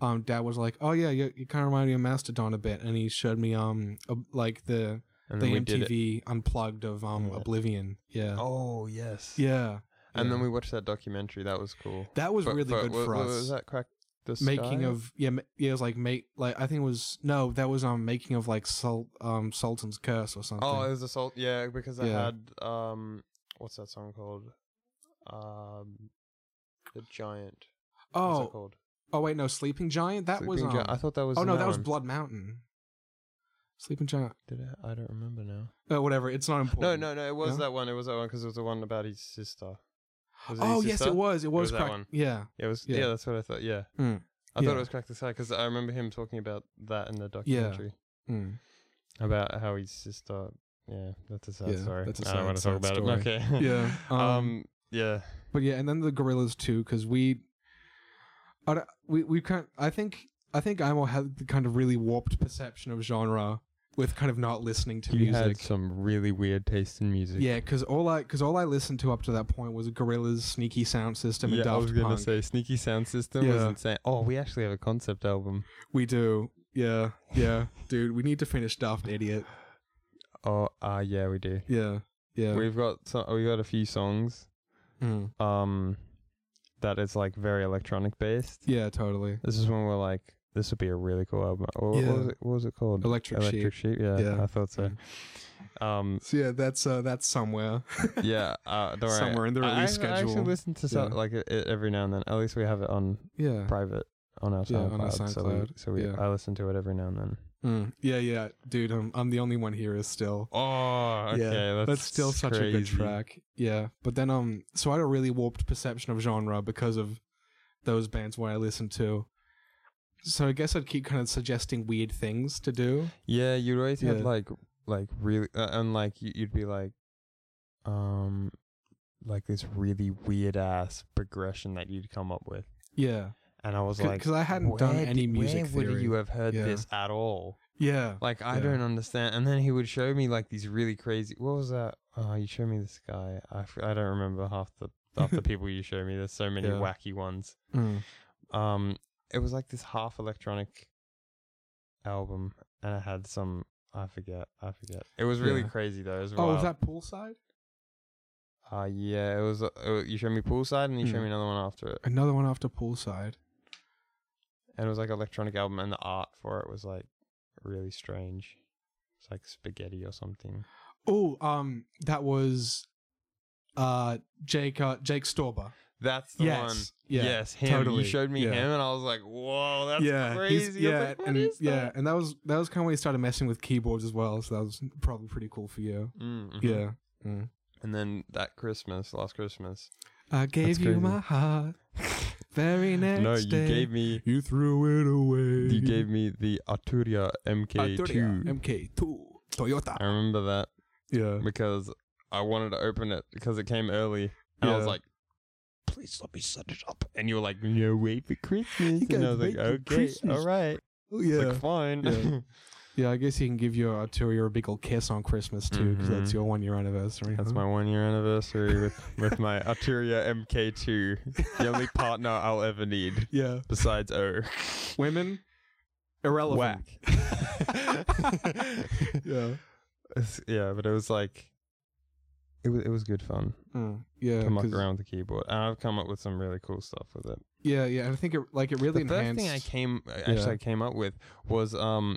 um, Dad was like, "Oh yeah, you, you kind of remind me of Mastodon a bit," and he showed me um a, like the
and
the
then we did it.
MTV unplugged of um
Yeah.
Oblivion. Yeah,
Oh yes.
yeah,
And then
yeah.
we watched that documentary. That was cool.
that was
But-
really
but
good
what-
for
what
us.
Was that crack? The
making
Sky?
of yeah, ma- yeah, it was like make like I think it was no, that was um making of like Sul- um Sultan's Curse or something.
Oh, it was assault. Yeah, because I
Yeah.
had um, what's that song called? Um, the giant. What's that
oh,
called?
oh wait, no, Sleeping Giant. That was
Sleeping Gi-
um,
I thought that was.
oh
in
no, that was
one.
Blood Mountain. Sleeping Giant.
Did it? I don't remember now.
Oh, whatever. It's not
No,
important.
no, no. It was
No?
that one. It was that one because it was the one about his sister. Was it his
Oh yes,
sister?
it was. It was,
was that
crack-
one.
Yeah.
Yeah, it was.
Yeah.
Yeah. that's what I thought. Yeah,
Mm.
I
Yeah.
thought it was crack the sky because I remember him talking about that in the documentary Hmm.
Mm.
about how his sister. Yeah, that's a sad
Yeah,
story.
that's a
I don't want to
sad,
talk
sad
about it.
story.
Okay.
Yeah,
um,
um,
Yeah.
But yeah, and then the gorillas too, because we, I don't- we we kind I think I think Imo had the kind of really warped perception of genre with kind of not listening to
You
music.
had some really weird taste in music.
Yeah, because all I because all I listened to up to that point was Gorilla's Sneaky Sound System and
Yeah, I
Daft
was gonna
Punk.
say Sneaky Sound System was
Yeah.
insane. Oh, we actually have a concept album.
We do, yeah, yeah, dude. We need to finish Daft Idiot.
Oh, ah, yeah, we do.
Yeah, yeah.
We've got so we got a few songs,
Mm.
um, that is like very electronic based.
Yeah, totally.
This is when we're like, this would be a really cool album. Or what,
Yeah.
was it, what was it called?
Electric, Sheep.
Yeah,
Yeah.
I thought so. Um,
So yeah, that's uh that's somewhere.
yeah, uh, don't worry.
Somewhere in the
I- I,
release
I actually
schedule.
listen to some,
Yeah.
like it, it every now and then. At least we have it on
yeah.
private on our
Yeah,
SoundCloud.
on our
So we,
SoundCloud.
so we
Yeah.
I listen to it every now and then.
Mm. Yeah, yeah, dude. I'm I'm the only one here is still.
Oh, okay,
yeah,
that's,
that's still such a good
crazy.
track. Yeah, but then um, so I had a really warped perception of genre because of those bands where I listened to. So I guess I'd keep kind of suggesting weird things to do.
Yeah, you always had
Yeah.
like like really uh, and like you, you'd be like, um, like this really weird ass progression that you'd come up with,
Yeah,
and I was like,
because I hadn't done
"Where
any
did-
music
Where would
theory.
you have heard
Yeah.
this at all?
yeah,
Like I
Yeah.
don't understand. And then he would show me like these really crazy. What was that? Oh, you showed me this guy. I, f- I don't remember half the half the people you showed me. There's so many
Yeah.
wacky ones.
Mm.
Um, it was like this half electronic album, and it had some. I forget. I forget. It was really
Yeah.
crazy though. As
oh,
well.
was that poolside?
Uh, yeah, it was. Uh, uh, you showed me poolside, and you showed
Hmm.
me another one after it.
Another one after poolside.
And it was like electronic album, and the art for it was like really strange. It's like spaghetti or something.
Oh, um, that was, uh, Jake uh, Jake Storber.
That's the
yes,
one.
yeah.
yes, him.
totally.
You showed me
Yeah.
him, and I was like, "Whoa, that's
he's-
crazy!" I was
yeah,
like, "What
and
is
yeah,
that?"
and that was that was kind of when he started messing with keyboards as well. So that was probably pretty cool for you.
Mm, mhm.
Yeah.
And then that Christmas, last Christmas.
I gave you
crazy.
my heart very next
no, you
day.
gave me.
you threw it away.
You gave me the Arturia
Uh,
MK2.
MK2 Toyota.
I remember that
Yeah.
because I wanted to open it because it came early, and I was
Yeah.
like, "Please let me set it up." And you were like, "No, wait for Christmas."
gotta
and I was like,
wait for
"Okay,
Christmas."
all right,
Oh,
It's
yeah.
like fine."
Yeah. yeah, I guess you can give your Arturia a big old kiss on Christmas too, because that's
Mhm.
your one year anniversary.
That's
huh?
my one year anniversary with, with my Arturia MK2, the only partner I'll ever need
Yeah.
besides O.
Women, irrelevant.
Whack.
yeah.
It's- yeah, but it was like, it was, it was good fun
Mm. Yeah.
to muck
'cause-
around with the keyboard. And I've come up with some really cool stuff with it.
Yeah, yeah. and I think it like it really
the first
enhanced.
thing I came, I actually,
Yeah.
I came up with was um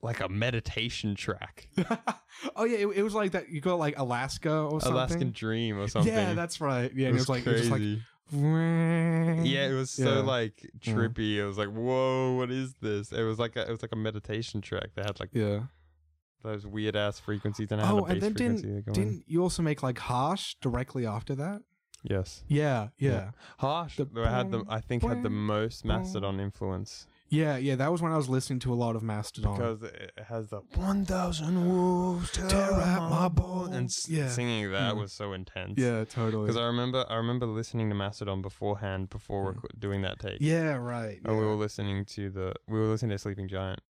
like a meditation track,
oh yeah, it, it was like that. You got like Alaska or something.
Alaskan Dream or something.
Yeah, that's right. Yeah,
it
and
was,
it was like
crazy.
it was just like
Yeah, it was so
Yeah.
like trippy. It was like, whoa, what is this? It was like a, it was like a meditation track that had like
yeah.
those weird ass frequencies and I had
Oh,
a
and
bass
then didn't-
frequency going.
Didn't you also make like harsh directly after that?
yes.
Yeah, yeah,
Yeah. Harsh
The
though, had the
boom,
I think had the
boom,
most Mastodon influence
yeah, yeah. That was when I was listening to a lot of Mastodon.
because it it has the 1000 wolves
tear at my
bone and
bones.
s-
Yeah.
singing that
Mm.
was so intense.
yeah, totally.
Cuz I remember I remember listening to Mastodon beforehand before
Mm.
reco- doing that take.
yeah, right.
And we
yeah.
were listening to the we were listening to Sleeping Giant.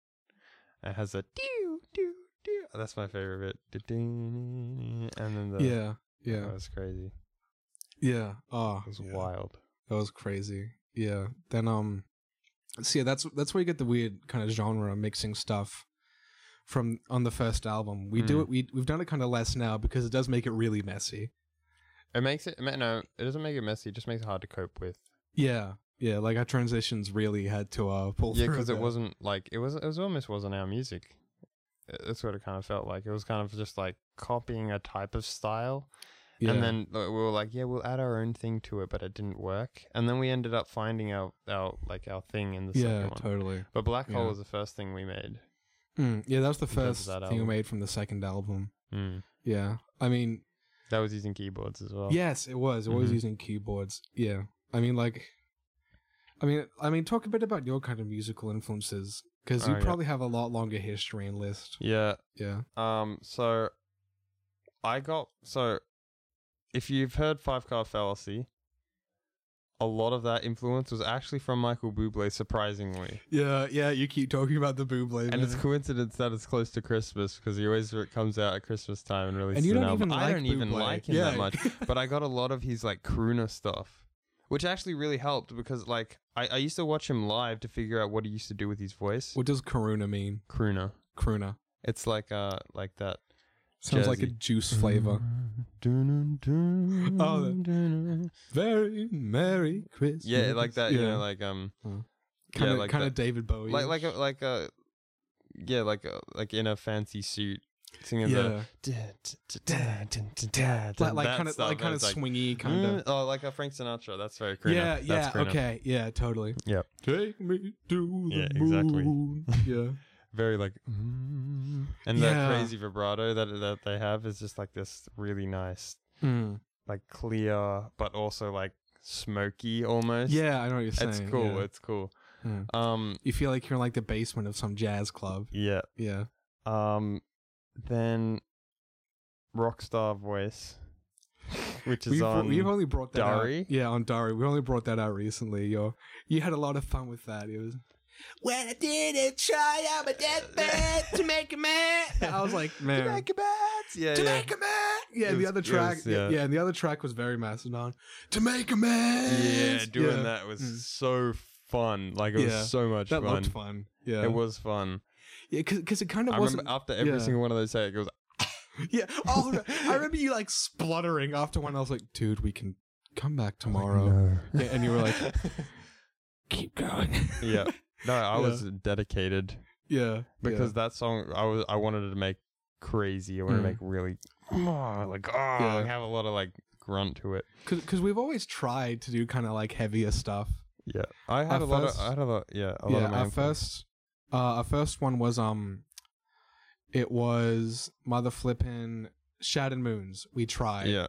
It has a do do do. That's my favorite bit. Du- And then the
yeah, yeah,
that was crazy.
yeah. Oh,
It uh, was
yeah.
wild.
That was crazy. Yeah. Then um see that's that's where you get the weird kind of genre mixing stuff from on the first album. We do
Mm.
it we we've done it kind of less now because it does make it really messy.
It makes it ma- no. It doesn't make it messy. It just makes it hard to cope with.
Yeah. Yeah, like our transitions really had to uh pull
Yeah,
through
because it
there.
wasn't like it was. It was almost wasn't our music. Uh, That's what it kind of felt like. It was kind of just like copying a type of style,
yeah.
and then like, we were like, "Yeah, we'll add our own thing to it," but it didn't work. And then we ended up finding our our like our thing in the second
yeah,
one.
totally.
But black hole
Yeah.
was the first thing we made.
Mm, yeah, that was the
In terms of
first
that
thing we
album.
made from the second album.
Mm.
Yeah. I mean,
That was using keyboards as well.
Yes, it was. It was
Mhm.
using keyboards. Yeah. I mean, like, I mean, I mean, talk a bit about your kind of musical influences because you
Oh, yeah.
probably have a lot longer history and list.
Yeah.
Yeah.
Um. So, I got so. If you've heard Five Car Fallacy, a lot of that influence was actually from Michael Bublé. Surprisingly,
Yeah. Yeah. You keep talking about the Buble,
and it's coincidence that it's close to Christmas because he always r- comes out at Christmas time and releases
and you
an
don't
album.
even. Like
I don't even
Buble.
like him
yeah.
that much, but I got a lot of his like crooner stuff, which actually really helped because like I, I used to watch him live to figure out what he used to do with his voice.
what does Karuna mean?
Crooner.
Karuna
It's like uh like that
sounds like a
Jersey. Mm-hmm.
juice flavor.
oh,
Very merry Christmas.
yeah, like that. You
Yeah.
know, like um,
kind
yeah,
of
like
kind of
that.
David Bowie.
like uh, like a, like a, yeah, like a, like in a fancy suit singing
yeah,
the like
like like kind of like kind of swingy kind of.
oh like a Frank Sinatra. That's very crooner.
Yeah,
That's
yeah,
crooner.
okay, yeah, totally.
Yep.
Take me to the
Yeah, exactly.
moon. Yeah,
Very like, mm. and
Yeah.
that crazy vibrato that that they have is just like this really nice, like clear, but also like smoky almost.
yeah, I know what you're saying.
It's cool.
yeah.
It's cool.
Mm.
Um,
You feel like you're in like the basement of some jazz club.
yeah.
Yeah.
Um, then Rockstar Voice, which is
We've,
on.
we've only brought that
Dari?
out. Yeah, on Dari. We only brought that out recently. Yo, you had a lot of fun with that. It was when I didn't try out my deathbed to make a man. I was like, man,
Bats. Yeah,
to
yeah.
make a man. Yeah,
It
the
was-
other
it was-
track. yeah.
yeah.
yeah, and the other track was very Mastodon. To make a man.
Yeah, doing
Yeah.
that was
Mm.
so fun. Like it
Yeah,
was so much
That
fun.
looked fun. Yeah,
It was fun.
yeah, because it kind of
I
wasn't.
remember uh, after every
yeah.
single one of those takes, it goes.
yeah. Oh, no. I remember you like spluttering after one. I was like, dude, we can come back
Oh
tomorrow. Yeah, and you were like, keep going.
yeah. No, I
Yeah.
was dedicated
yeah,
because that song I was I wanted to make crazy. I wanted
Mm.
to make really "Ah," like oh,
Yeah.
have a lot of like grunt to it.
because we've always tried to do kind of like heavier stuff.
Yeah, I had
Our
a lot
first-
of I had a lot. Yeah, a lot
yeah,
of my
our
influence.
first, uh, our first one was um, it was Mother Flippin' Shattered Moons. We tried,
Yeah,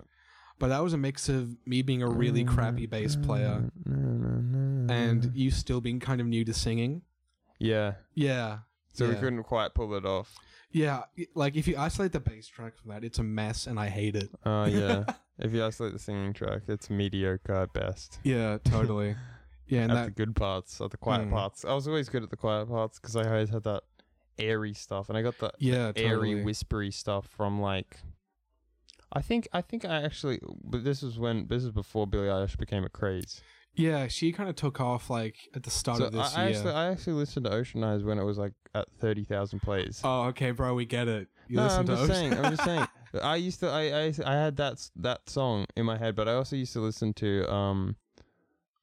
but that was a mix of me being a really crappy bass player
Mm-hmm.
and you still being kind of new to singing.
yeah,
Yeah,
so we
Yeah.
couldn't quite pull it off.
Yeah, y- like if you isolate the bass track from that, it's a mess, and I hate it.
Uh, yeah. if you isolate the singing track, it's mediocre at best.
Yeah, totally. Yeah, and
at
that
the good parts, at the quiet
Hmm.
parts. I was always good at the quiet parts because I always had that airy stuff, and I got the
yeah,
airy,
totally.
whispery stuff from like. I think I think I actually, but this is when this is before Billie Eilish became a craze.
yeah, she kind of took off like at the start
So
of this
I, I
year.
actually I actually listened to Ocean Eyes when it was like at thirty thousand plays.
oh, okay, bro, we get it. You
no,
listen
I'm
to
just
Ocean-
saying. I'm just saying. I used to I, I I had that s- that song in my head, but I also used to listen to um,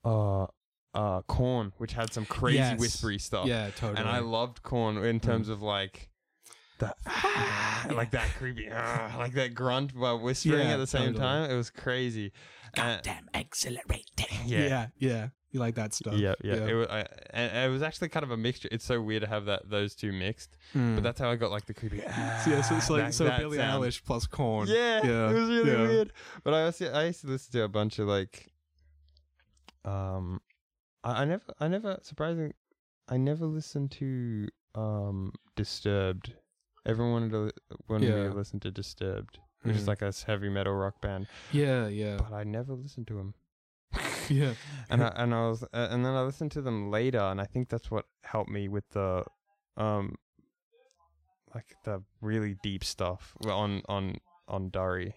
uh, uh, Corn, which had some crazy
Yes.
whispery stuff.
yeah, totally. Mm.
and I loved Corn in terms of like that like that creepy ah, like that grunt while whispering
Yeah,
at the same
totally.
time. It was crazy. Uh,
Goddamn exhilarating.
yeah.
yeah, yeah. You like that stuff?
Yeah, yeah. It was, I, and it was actually kind of a mixture. It's so weird to have that those two mixed,
Mm.
but that's how I got like the creepy. ah,
So, yeah, so it's like
that-
so
that
Billie
sound.
Eilish plus corn.
Yeah,
Yeah,
it was really
yeah.
weird. But I also I used to listen to a bunch of like, um, I, I never I never surprising, I never listened to um Disturbed. Everyone wanted to li- wanted me
Yeah.
to listen to Disturbed, which is
Mm.
like a s- heavy metal rock band,
yeah, yeah,
but I never listened to them.
yeah.
and I and I was uh, and then I listened to them later, and I think that's what helped me with the, um, like the really deep stuff on on on Dari.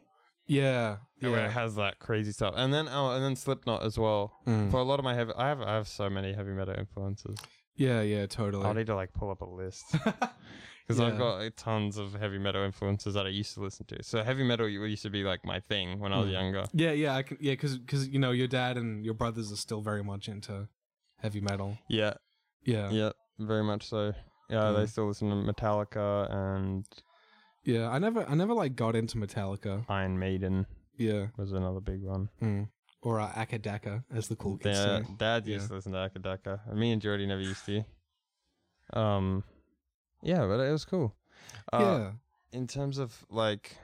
Yeah,
Yeah. Where it
yeah.
has that crazy stuff, and then oh, and then Slipknot as well.
Mm.
For a lot of my heavy, I have I have so many heavy metal influences.
Yeah, yeah,
I
totally.
need to like pull up a list because
Yeah.
I've got like, tons of heavy metal influences that I used to listen to. So heavy metal u- used to be like my thing when I was
Mm.
younger.
yeah, yeah, I can, yeah, because you know your dad and your brothers are still very much into heavy metal.
Yeah,
Yeah, yeah.
yeah, Hmm. very much so. Yeah, they
Mm.
still listen to Metallica and
I never, I never like got into Metallica.
Iron Maiden
Yeah,
was another big one.
mm. or uh, Akadaka, as the cool kids
Yeah,
say.
Dad
yeah.
used to listen to Akadaka. Me and Jordy never used to. Um, yeah, but it was cool. Uh,
yeah,
in terms of like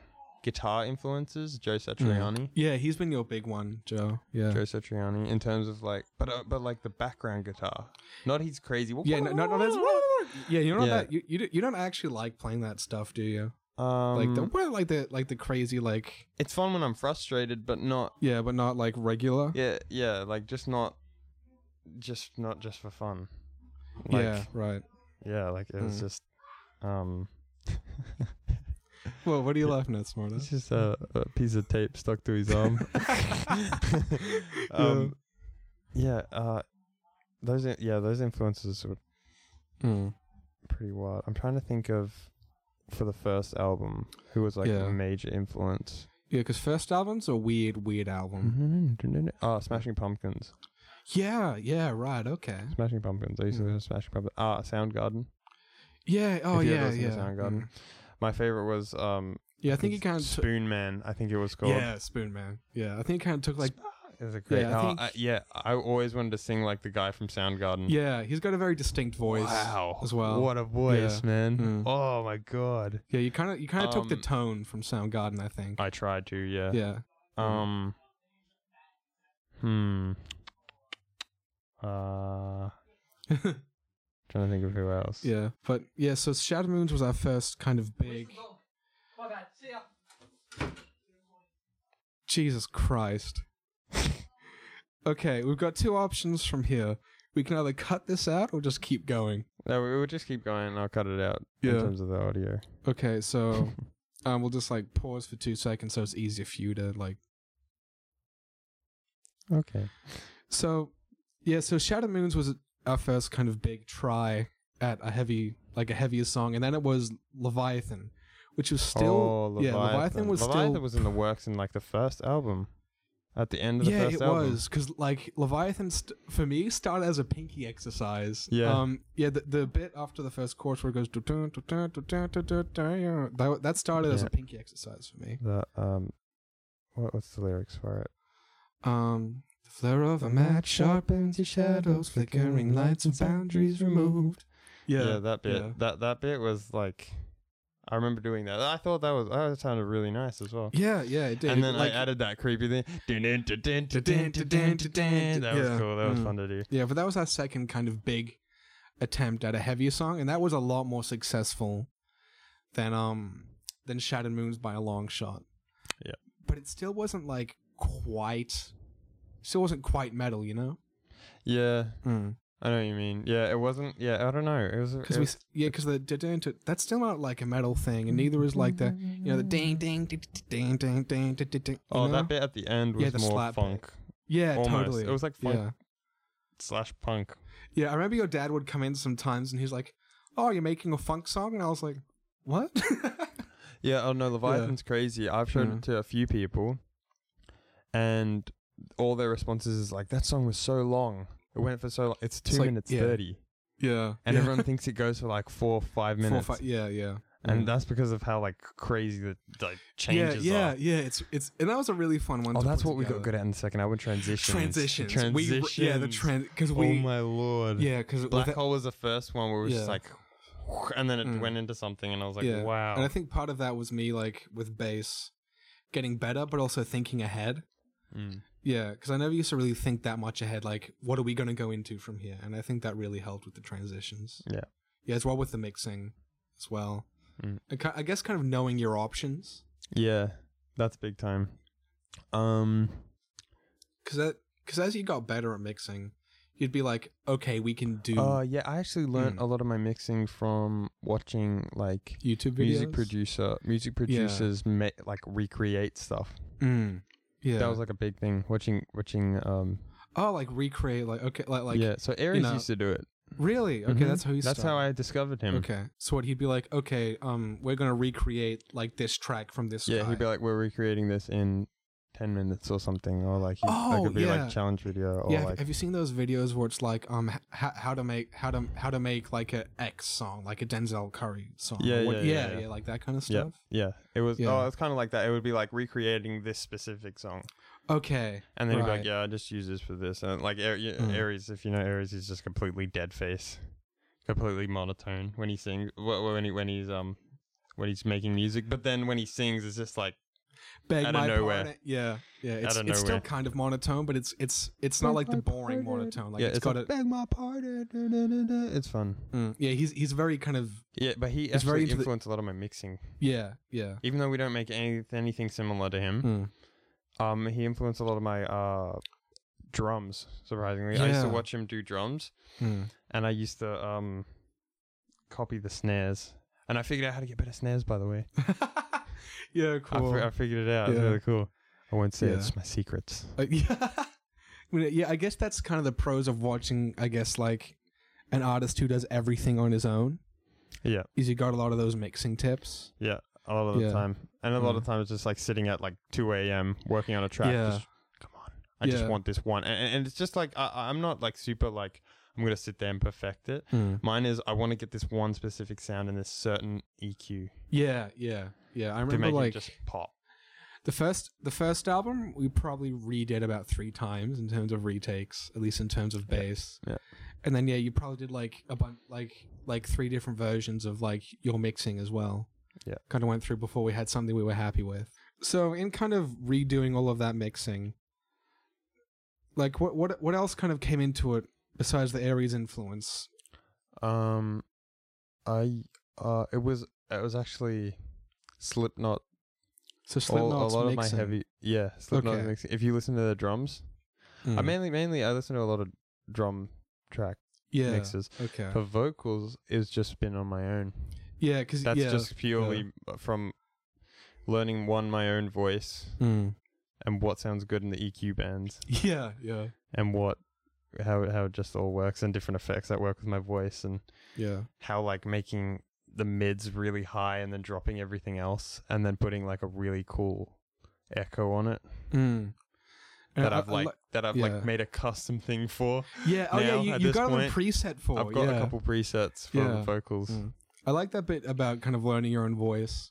guitar influences, Joe Satriani.
yeah, he's been your big one, Joe. Mm. Yeah,
Joe Satriani. In terms of like, but uh, but like the background guitar, not his crazy.
yeah, no, no, no, that's, yeah. You're not
Yeah.
that you, you don't- you don't actually like playing that stuff, do you?
um,
Like the well, like the like the crazy like
it's fun when I'm frustrated, but not.
yeah, but not like regular.
Yeah, yeah, like just not, just not just for fun. Like,
yeah, right.
yeah, like it was
Mm.
just, um,
Well, what are you laughing at, Smarter?
it's just a, a piece of tape stuck to his arm. um, yeah, uh, those in- yeah those influences were
Mm.
pretty wild. I'm trying to think of for the first album who was like
Yeah.
a major influence.
Yeah, because first album's a weird, weird
Mm-hmm.
album.
Oh, Smashing Pumpkins.
Yeah, yeah, right, okay.
Smashing Pumpkins. I used to
Mm.
listen to Smashing Pumpkins. Ah, Soundgarden.
Yeah, oh
If you ever
yeah,
listen to
yeah.
Soundgarden.
mm.
My favorite was um
Yeah, I think it kind of took.
Spoon Man, I think it was called.
Yeah, Spoon Man. Yeah, I think it kind of took like.
It was a great
Yeah, I
oh,
think-
I- yeah, I always wanted to sing like the guy from Soundgarden.
Yeah, he's got a very distinct voice.
Wow.
as well.
What a voice, man.
Mm.
Oh my god.
Yeah, you kind of you kind of took the
Um,
tone from Soundgarden, I think.
I tried to, yeah.
yeah.
Um. Hmm. Uh. Trying to think of who else.
Yeah, but yeah, so Shadow Moons was our first kind of big. Jesus Christ. okay, we've got two options from here. We can either cut this out or just keep going.
No, we- we'll just keep going and I'll cut it out in
Yeah.
terms of the audio.
Okay, so um, we'll just like pause for two seconds so it's easier for you to like.
Okay.
So, yeah, so Shadow Moons was our first kind of big try at a heavy, like a heavier song, and then it was Leviathan, which was still
oh, Leviathan.
yeah, Leviathan was
Leviathan
still
was in the works in like the first album. At the end of the
yeah,
first
it
album.
was because like Leviathan st- for me started as a pinky exercise.
Yeah.
Um. Yeah. The, the bit after the first chorus where it goes "Dun, dun, dun, dun, dun, dun, dun, dun," that that started as
Yeah.
a pinky exercise for me.
The um what, what's the lyrics for it?
Um. The flare of a match sharpens your shadows, flickering lights and boundaries removed.
that bit.
yeah.
That that bit was like I remember doing that. I thought that was oh, that sounded really nice as well.
Yeah. Yeah. It did.
and then
like,
I added that creepy thing. That
Yeah.
was cool. That was
Mm.
fun to do.
Yeah, but that was our second kind of big attempt at a heavier song, and that was a lot more successful than um than Shattered Moons by a long shot.
Yeah.
But it still wasn't like quite still wasn't quite metal, you know?
Yeah,
Mm.
I know what you mean. Yeah, it wasn't. Yeah, I don't know. It was
Cuz
it
we
was,
s- yeah, cuz the da-dun- da- that's still not like a metal thing, and neither is like the you know the
Hmm.
ding ding ding ding ding ding ding ding. ding,
Oh,
you know?
that bit at the end was
Yeah, the
more
slap bit.
funk.
Yeah,
almost.
totally.
It was like funk
yeah.
slash punk.
Yeah, I remember your dad would come in sometimes and he's like, "Oh, you're making a funk song?" And I was like, "What?"
Yeah. Oh no, Leviathan's crazy. I've showed
Mm.
it to a few people, and all their responses is like, "That song was so long. It went for so long. It's two
like-
minutes
yeah.
thirty,
yeah.
and
yeah.
everyone thinks it goes for like four, five
Four,
minutes.
fi- yeah, yeah.
and
Mm.
that's because of how like crazy the like
Yeah,
changes
yeah,
are.
yeah. It's it's and that was a really fun one.
Oh,
to
that's
put
what we got
together.
good at in the second album transitions.
Transitions. We, yeah, the
Transitions.
trans because
oh
we
my lord.
yeah because
Black Hole was the first one where it was just
Yeah.
like, and then it
Mm.
went into something, and I was like,
Yeah.
wow.
And I think part of that was me like with bass getting better, but also thinking ahead.
Mm.
Yeah, because I never used to really think that much ahead. Like, what are we going to go into from here? And I think that really helped with the transitions.
Yeah.
Yeah, as well with the mixing as well.
Mm.
And ki- I guess kind of knowing your options
Yeah, that's big time. Um,
because because as you got better at mixing, you'd be like, okay, we can do
uh, yeah, I actually learned
Mm.
a lot of my mixing from watching like
YouTube videos.
music producer, music producers ma- like recreate stuff.
Mm. Yeah.
That was like a big thing. Watching, watching. Um,
oh, like recreate, like okay, like like
yeah. So Aries
know-
used to do it.
really okay.
Mhm.
That's how you.
That's
started.
how I discovered him.
Okay. So what he'd be like, okay, um, we're gonna recreate like this track from this
Yeah,
guy.
he'd be like, "We're recreating this in ten minutes or something," or like, he'd, that
Oh,
could be
yeah.
like challenge video or
yeah, have-
like,
have you seen those videos where it's like um h- h- how to make how to how to make like a X song, like a Denzel Curry song?
Yeah,
What-
yeah, yeah, yeah.
like that kind of stuff.
yeah, it was.
Yeah.
Oh, it was kind of like that. It would be like recreating this specific song,
Okay,
and then he'd be
Right.
like, "Yeah, I just use this for this," and like Ar- yeah,
Mm.
Aries, if you know Aries, is just completely dead face, completely monotone when he sings. wh- wh- When he when he's um when he's making music, but then when he sings, it's just like
beg
Outta
my
nowhere.
pardon. Yeah, yeah. It's,
Outta
it's still
nowhere.
kind of monotone, but it's it's it's not
Beg
like the
my
boring
pardon.
monotone. Like
yeah,
it's got
like,
a
beg my pardon. da, da, da, da." It's fun.
Mm, yeah. He's he's very kind of
Yeah, but he
It's very
actually
into the-
influenced a lot of my mixing.
yeah yeah.
Even though we don't make any, anything similar to him,
Mm.
Um, he influenced a lot of my uh drums. Surprisingly, I used to
Yeah.
watch him do drums,
Mm.
and I used to um copy the snares. And I figured out how to get better snares, by the way.
mm. yeah,
I,
cool.
fi- I figured it out. It's
Yeah.
really cool. I won't say
Yeah.
it's my secrets.
Uh, yeah. I mean, yeah, I guess that's kind of the pros of watching, I guess, like an artist who does everything on his own.
Yeah.
Is you got a lot of those mixing tips.
A lot of the
Yeah.
time, and a lot of
Mm.
times, just like sitting at like two a.m. working on a track.
Yeah.
Just, come on, I
Yeah.
just want this one, and, and it's just like I, I- I'm not like super like I'm gonna sit there and perfect it. Mine is I want to get this one specific sound in this certain EQ
Yeah, yeah, yeah. I
to
remember
make
like
it just pop.
the first the first album we probably redid about three times in terms of retakes, at least in terms of
Yeah,
bass.
yeah.
And then yeah, you probably did like a bunch like like three different versions of like your mixing as well.
Yeah.
Kind of went through before we had something we were happy with. So in kind of redoing all of that mixing, like what what what else kind of came into it besides the Aries influence?
Um, I uh, it was it was actually Slipknot.
So
All-
Slipknot's
a lot
mixing.
of my heavy, yeah, Slipknot
Okay.
mixing. If you listen to the drums, I
Mm.
mainly mainly I listen to a lot of drum track
yeah.
mixes.
Okay.
For vocals, it's just been on my own.
Yeah, because
That's
yeah.
just purely from learning one my own voice
Mm.
and what sounds good in the EQ bands
yeah, yeah,
and what how it- how it just all works and different effects that work with my voice and
yeah.
how like making the mids really high and then dropping everything else and then putting like a really cool echo on it
Mm.
Hmm. that
I-
I've
I
like
li-
that I've
yeah.
like made a custom thing for.
yeah, oh yeah,
now,
you,
at
you
this
got them
point,
preset for.
I've got
yeah.
a couple presets for
Yeah.
vocals.
Mm. I like that bit about kind of learning your own voice,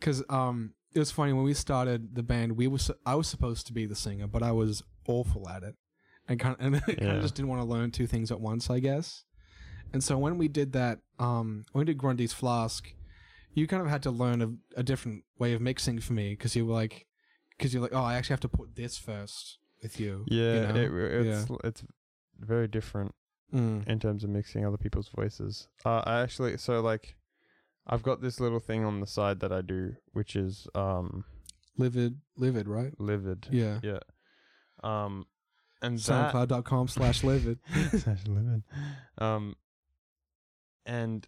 because um, it was funny when we started the band. We was I was supposed to be the singer, but I was awful at it, and kind of, and kind
Yeah.
of just didn't want to learn two things at once, I guess. And so when we did that, um, when we did Grundy's Flask, you kind of had to learn a, a different way of mixing for me because you were like, because you're like, oh, I actually have to put this first with you. you
Yeah,
know?
it, it's it's very different
Mm.
in terms of mixing other people's voices. Uh, I actually so like I've got this little thing on the side that I do, which is um
livid livid right
livid.
yeah
Yeah. Um, and that
soundcloud.com slash livid
Slash livid. Um, and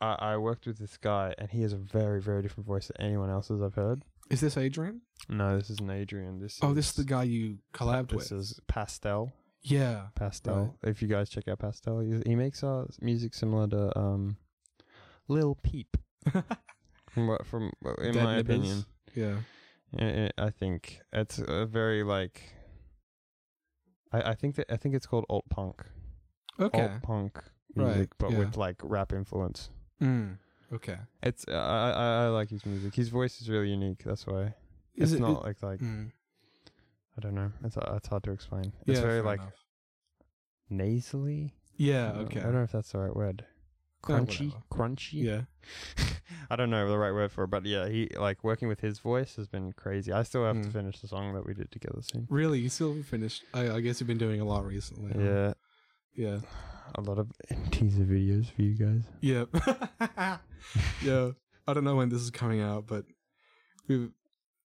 I, I worked with this guy, and he has a very, very different voice than anyone else's I've heard.
is this adrian
No, this isn't Adrian. This
oh
is,
this is the guy you collabed
This
with
is Pastel.
yeah
Pastel. If you guys check out Pastel, he, he makes uh, music similar to um, Lil Peep. From what, from well, in
Dead
my
Nibbers.
opinion,
yeah
I- I I think it's a very like. I, I think that I think it's called alt punk.
okay
alt punk
Right,
music, but
yeah.
with like rap influence.
mm. Okay.
It's uh, I, I I like his music. His voice is really unique. That's why
Is
it's
it-
not like like
Mm,
I don't know. It's uh, it's hard to explain.
yeah,
It's very
fair
like
enough.
nasally.
Yeah.
I don't-
Okay.
I don't know if that's the right word.
Yeah,
Crunchy,
whatever.
crunchy.
yeah.
I don't know the right word for it, but yeah, he like working with his voice has been crazy. I still have to
Mm.
finish the song that we did together soon.
Really, you still haven't finished. I, I guess you've been doing a lot recently. huh?
Yeah,
Yeah.
a lot of teaser videos for you guys.
Yeah. yeah. I don't know when this is coming out, but we.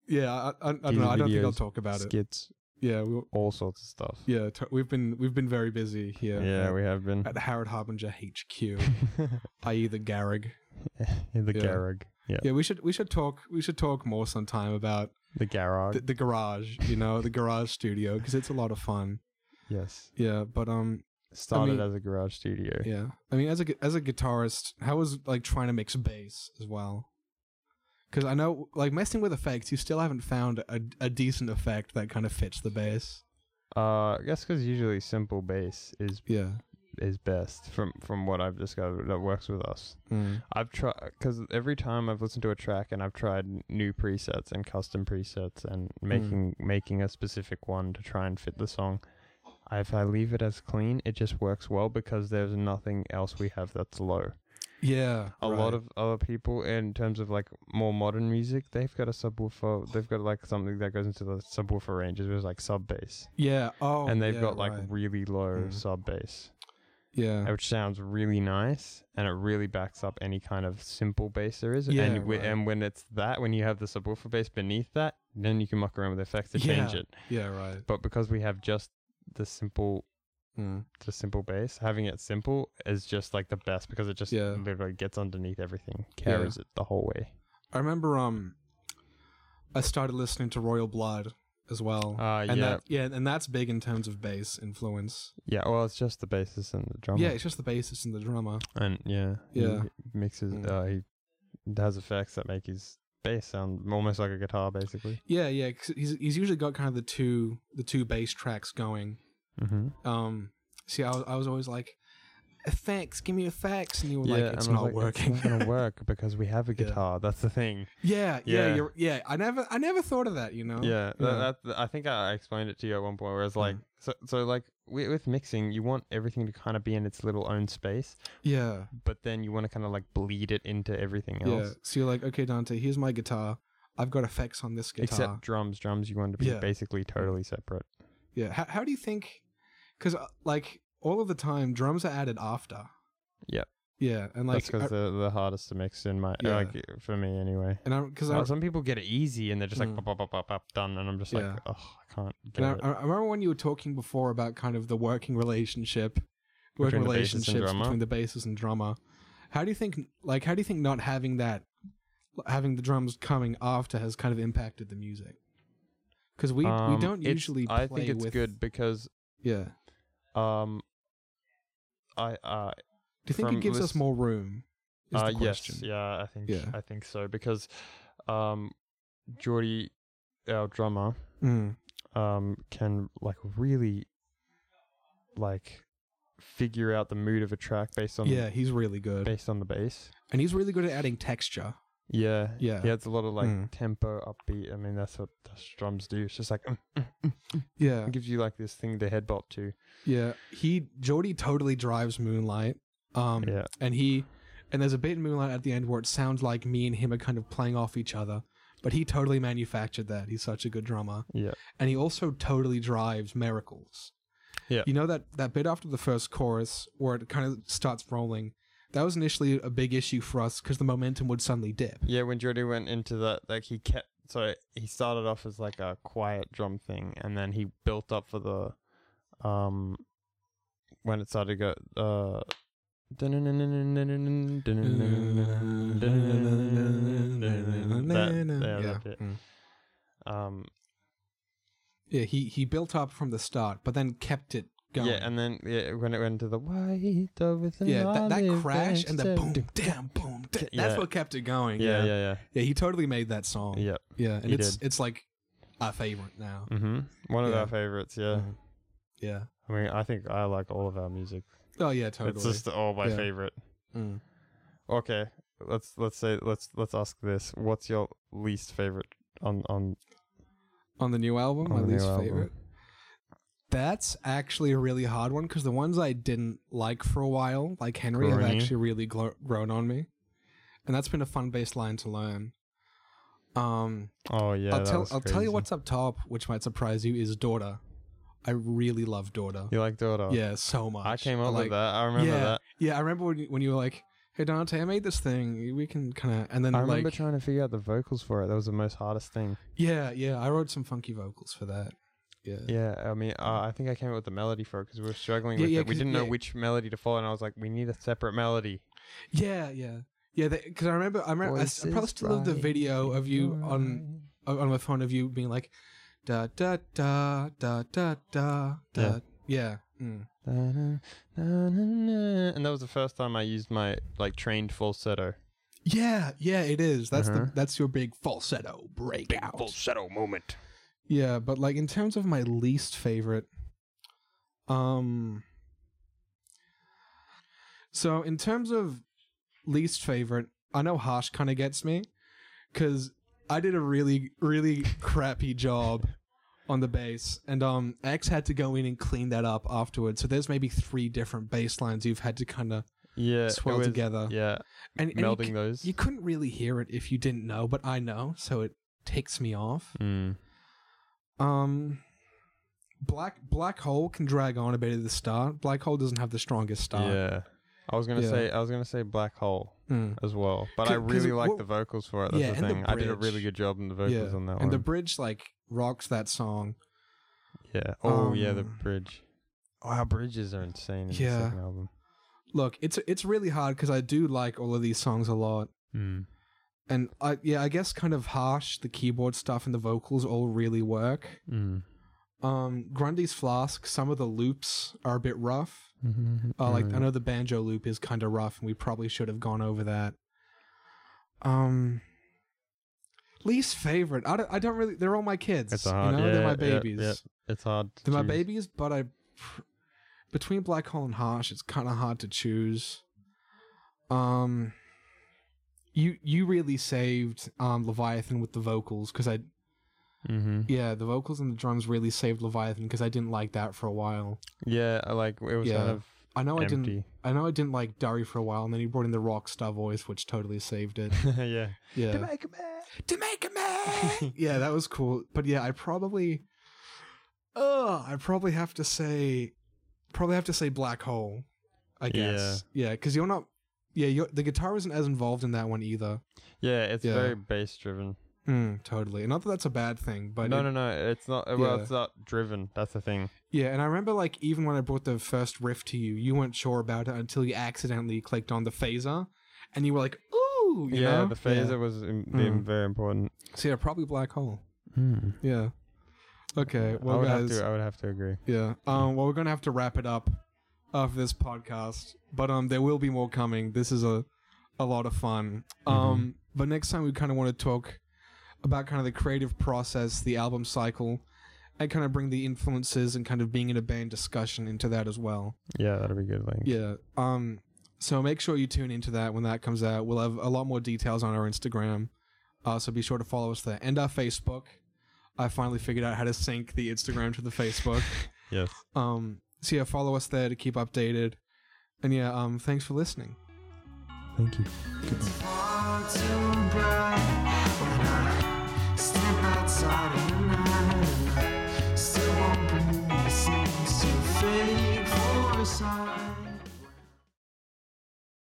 Yeah, I, I, I don't
Teaser
know. I don't think I'll
videos,
talk about it.
Skits,
Yeah, we,
all sorts of stuff.
yeah, t- we've been we've been very busy here.
yeah
at,
we have been.
at Howard Harbinger HQ, i.e. the Garrig.
In the
Yeah.
garage. Yeah.
Yeah, we should we should talk we should talk more sometime about
The garage.
the, the garage, you know, the garage studio because it's a lot of fun.
yes.
Yeah, but um,
Started
mean-
as a garage studio.
yeah, I mean, as a gu- as a guitarist, how was like trying to mix bass as well? Because I know, like messing with effects, you still haven't found a, a decent effect that kind of fits the bass.
Uh, I guess because usually simple bass is
Yeah,
is best from from what I've discovered that works with us.
mm.
I've tried because every time I've listened to a track and I've tried n- new presets and custom presets and
Mm.
making making a specific one to try and fit the song. If I leave it as clean, it just works well because there's nothing else we have that's low.
yeah,
A
right.
lot of other people, in terms of like more modern music, they've got a subwoofer. They've got like something that goes into the subwoofer ranges, which is like sub bass,
yeah, oh,
and they've
yeah,
got like
right.
really low
Mm.
sub bass
yeah,
which sounds really nice and it really backs up any kind of simple bass there is.
Yeah,
and, wi-
right.
and when it's that, when you have the subwoofer bass beneath that, then you can muck around with effects to change
Yeah.
it.
yeah, right.
But because we have just the simple,
Mm.
the simple bass, having it simple is just like the best because it just
Yeah.
literally gets underneath everything,
Yeah.
carries it the whole way.
I remember um I started listening to Royal Blood as well.
Uh,
and
yeah,
that Ah, yeah, and that's big in terms of bass influence.
yeah. Well, it's just the bassist and the drummer.
Yeah, it's just the bassist and the drummer.
and yeah, he
Yeah.
mixes.
Mm.
Uh, he has effects that make his bass sound almost like a guitar, basically.
Yeah, yeah, 'cause he's he's usually got kind of the two the two bass tracks going.
Mm-hmm.
Um see I was, I was always like effects, give me effects and you were like
and
it's
I was
not
like,
working.
It's not gonna work because we have a
Yeah.
guitar. That's the thing.
yeah, yeah,
Yeah.
yeah, you're, yeah. I never I never thought of that, you know.
yeah,
Oh, yeah.
That, that- I think I explained it to you at one point. Where it's like,
Mm.
so, so like with, with mixing, you want everything to kind of be in its little own space,
Yeah.
but then you want to kind of like bleed it into everything
Yeah.
else.
So you're like, okay, Dante, here's my guitar. I've got effects on this guitar.
Except drums. Drums, you want to be
Yeah.
basically totally separate.
Yeah. How, how do you think? Because like all of the time, drums are added after.
Yep.
Yeah,
That's
and like,
because
I-
they're the hardest to mix in my
Yeah.
like for me anyway.
and I because
Uh,
I,
some people get it easy and they're just like
Mm.
pop, pop, pop, pop, pop, done, and I'm just like,
Yeah.
oh, I can't get
and I,
it.
I remember when you were talking before about kind of the working relationship, working
Between the bassist and
relationships
drummer?
between the bassist and drummer. How do you think? Like, how do you think not having that, having the drums coming after, has kind of impacted the music? Because we
Um,
we don't
it's-
usually. Play
I think it's
with,
good because
Yeah.
Um, I uh,
Do you think
From
it gives us
list-
more room? Is
uh
the
yes,
question.
yeah, I think
Yeah.
I think so because, um, Geordie, our drummer,
Mm,
um, can like really, like, figure out the mood of a track based on
yeah, he's really good.
based on the bass.
And he's really good at adding texture.
Yeah,
Yeah.
He adds a lot of like
Mm.
tempo, upbeat. I mean, that's what that's drums do. It's just like mm,
Yeah.
it gives you like this thing to head bop to.
Yeah. He Jordy totally drives Moonlight. Um
Yeah.
and he and there's a bit in Moonlight at the end where it sounds like me and him are kind of playing off each other. But he totally manufactured that. He's such a good drummer.
Yeah.
And he also totally drives miracles.
Yeah.
You know that that bit after the first chorus where it kind of starts rolling. That was initially a big issue for us because the momentum would suddenly dip.
Yeah, when Jordy went into that, like he kept. So he started off as like a quiet drum thing, and then he built up for the, um, when it started to go. Uh, that, yeah, that bit.
Mm.
Um,
Yeah, he he built up from the start, but then kept it going.
yeah, and then yeah, when it went to the white over the
yeah, that, that
olive
crash and the
branch,
boom, damn, boom. da- That's
Yeah.
what kept it going.
Yeah, yeah, yeah,
yeah. Oh. He totally made that song.
yeah.
yeah, and
he
it's it's like our favorite now.
hmm One of
Yeah.
our favorites. Yeah,
Mhm. Yeah.
I mean, I think I like all of our music.
Oh yeah, totally.
It's just all my
Yeah.
favorite.
Mm.
Okay. let's let's say let's let's ask this. What's your least favorite on on,
on the new album,
on
my
the new
least
album?
favorite. That's actually a really hard one because the ones I didn't like for a while, like Henry, have
Grown you?
actually really glo- grown on me, and that's been a fun baseline to learn. Um,
Oh yeah,
I'll
that
tell
was
I'll tell
crazy.
you what's up top, which might surprise you, is Daughter. I really love Daughter.
You like Dota?
Yeah, so much.
I came up
Like,
with that. I remember
yeah,
that.
Yeah, I remember when you, when you were like, "Hey Dante, I made this thing. We can kind of," and then
I remember
like,
trying to figure out the vocals for it. That was the most hardest thing.
yeah, yeah, I wrote some funky vocals for that. Yeah,
Yeah, I mean, uh, I think I came up with the melody for it because we were struggling
Yeah,
with
yeah,
it. We
'cause-
didn't know
yeah.
which melody to follow, and I was like, we need a separate melody.
yeah, yeah, yeah. Because I remember, I remember, I, s- I probably
Voices
still have the
rise
video of you
in your
on on on my phone of you being like, da da da da da da da. Yeah. Mm.
Da, da, da, da, da. And that was the first time I used my like trained falsetto.
Yeah, yeah, it is. That's
Uh-huh.
the that's your big falsetto breakout.
falsetto moment.
Yeah, but like in terms of my least favorite, um, so in terms of least favorite, I know Harsh kind of gets me because I did a really really crappy job on the bass, and um, X had to go in and clean that up afterwards. So there's maybe three different bass lines you've had to kind of
Yeah, it
swell
was-
together,
Yeah,
and, and you
melding
c-
those.
you couldn't really hear it if you didn't know, but I know, so it takes me off.
Mm.
Um, black black hole can drag on a bit at the start. Black hole doesn't have the strongest start.
Yeah, I was gonna
Yeah.
say I was gonna say black hole
Mm.
as well, but I
'Cause- 'cause
really like
what-
the vocals for it. That's
Yeah,
the
and the
thing. I did a really
bridge.
good job in the vocals
Yeah,
on that one.
And the bridge like rocks that song.
yeah. Oh yeah, the
um,
bridge. Oh, our bridges are insane in
Yeah.
the second album.
Look, it's it's really hard because I do like all of these songs a lot.
Mm.
And I yeah, I guess kind of harsh. The keyboard stuff and the vocals all really work.
Mm.
Um, Grundy's flask. Some of the loops are a bit rough. Uh,
Mm.
like I know the banjo loop is kind of rough, and we probably should have gone over that. Um, least favorite. I don't. I don't really. They're all my kids.
It's hard,
You know, they're
yeah,
my
yeah, yeah.
babies.
it's hard. to
They're my
choose.
babies, but I pr- between Black Hole and Harsh, it's kind of hard to choose. Um, you you really saved um Leviathan with the vocals because I
Mhm.
yeah the vocals and the drums really saved Leviathan because I didn't like that for a while.
Yeah, I like it was kind
Yeah.
of
I know I didn't
empty.
I know I didn't like Dari for a while, and then he brought in the rock star voice, which totally saved it.
yeah.
Yeah,
make a man.
To make a man.
yeah, that was cool. But yeah, I probably, oh, I probably have to say, probably have to say Black Hole, I guess. Yeah, because you're not. Yeah, you're, the guitar isn't as involved in that one either.
Yeah, it's
Yeah.
very bass driven.
Mm, totally. And Not that that's a bad thing, but
no,
it-
no, no. It's not. uh, Well,
Yeah.
it's not driven. That's the thing.
yeah. And I remember like even when I brought the first riff to you, you weren't sure about it until you accidentally clicked on the phaser, and you were like, "Ooh, you
yeah,
know?
the phaser was Im-
Mm.
very important.
So yeah, probably Black Hole. Yeah. Hmm. Okay.
I
Well,
would
guys.
have to. uh, I would have to agree.
Yeah. Um. Well, we're gonna have to wrap it up uh, for this podcast, but um, there will be more coming. This is a a lot of fun.
Mm-hmm.
Um. But next time we kind of want to talk about kind of the creative process, the album cycle, and kind of bring the influences and kind of being in a band discussion into that as well.
Yeah, that'd be good. Like,
Yeah. Um. So make sure you tune into that when that comes out. We'll have a lot more details on our Instagram. Uh, so be sure to follow us there and our Facebook. I finally figured out how to sync the Instagram to the Facebook.
Yes.
Um. So yeah, follow us there to keep updated. And yeah, um, thanks for listening.
Thank you.
far too bright when I step outside in the night. and I Still won't believe it seems too fake for a sign.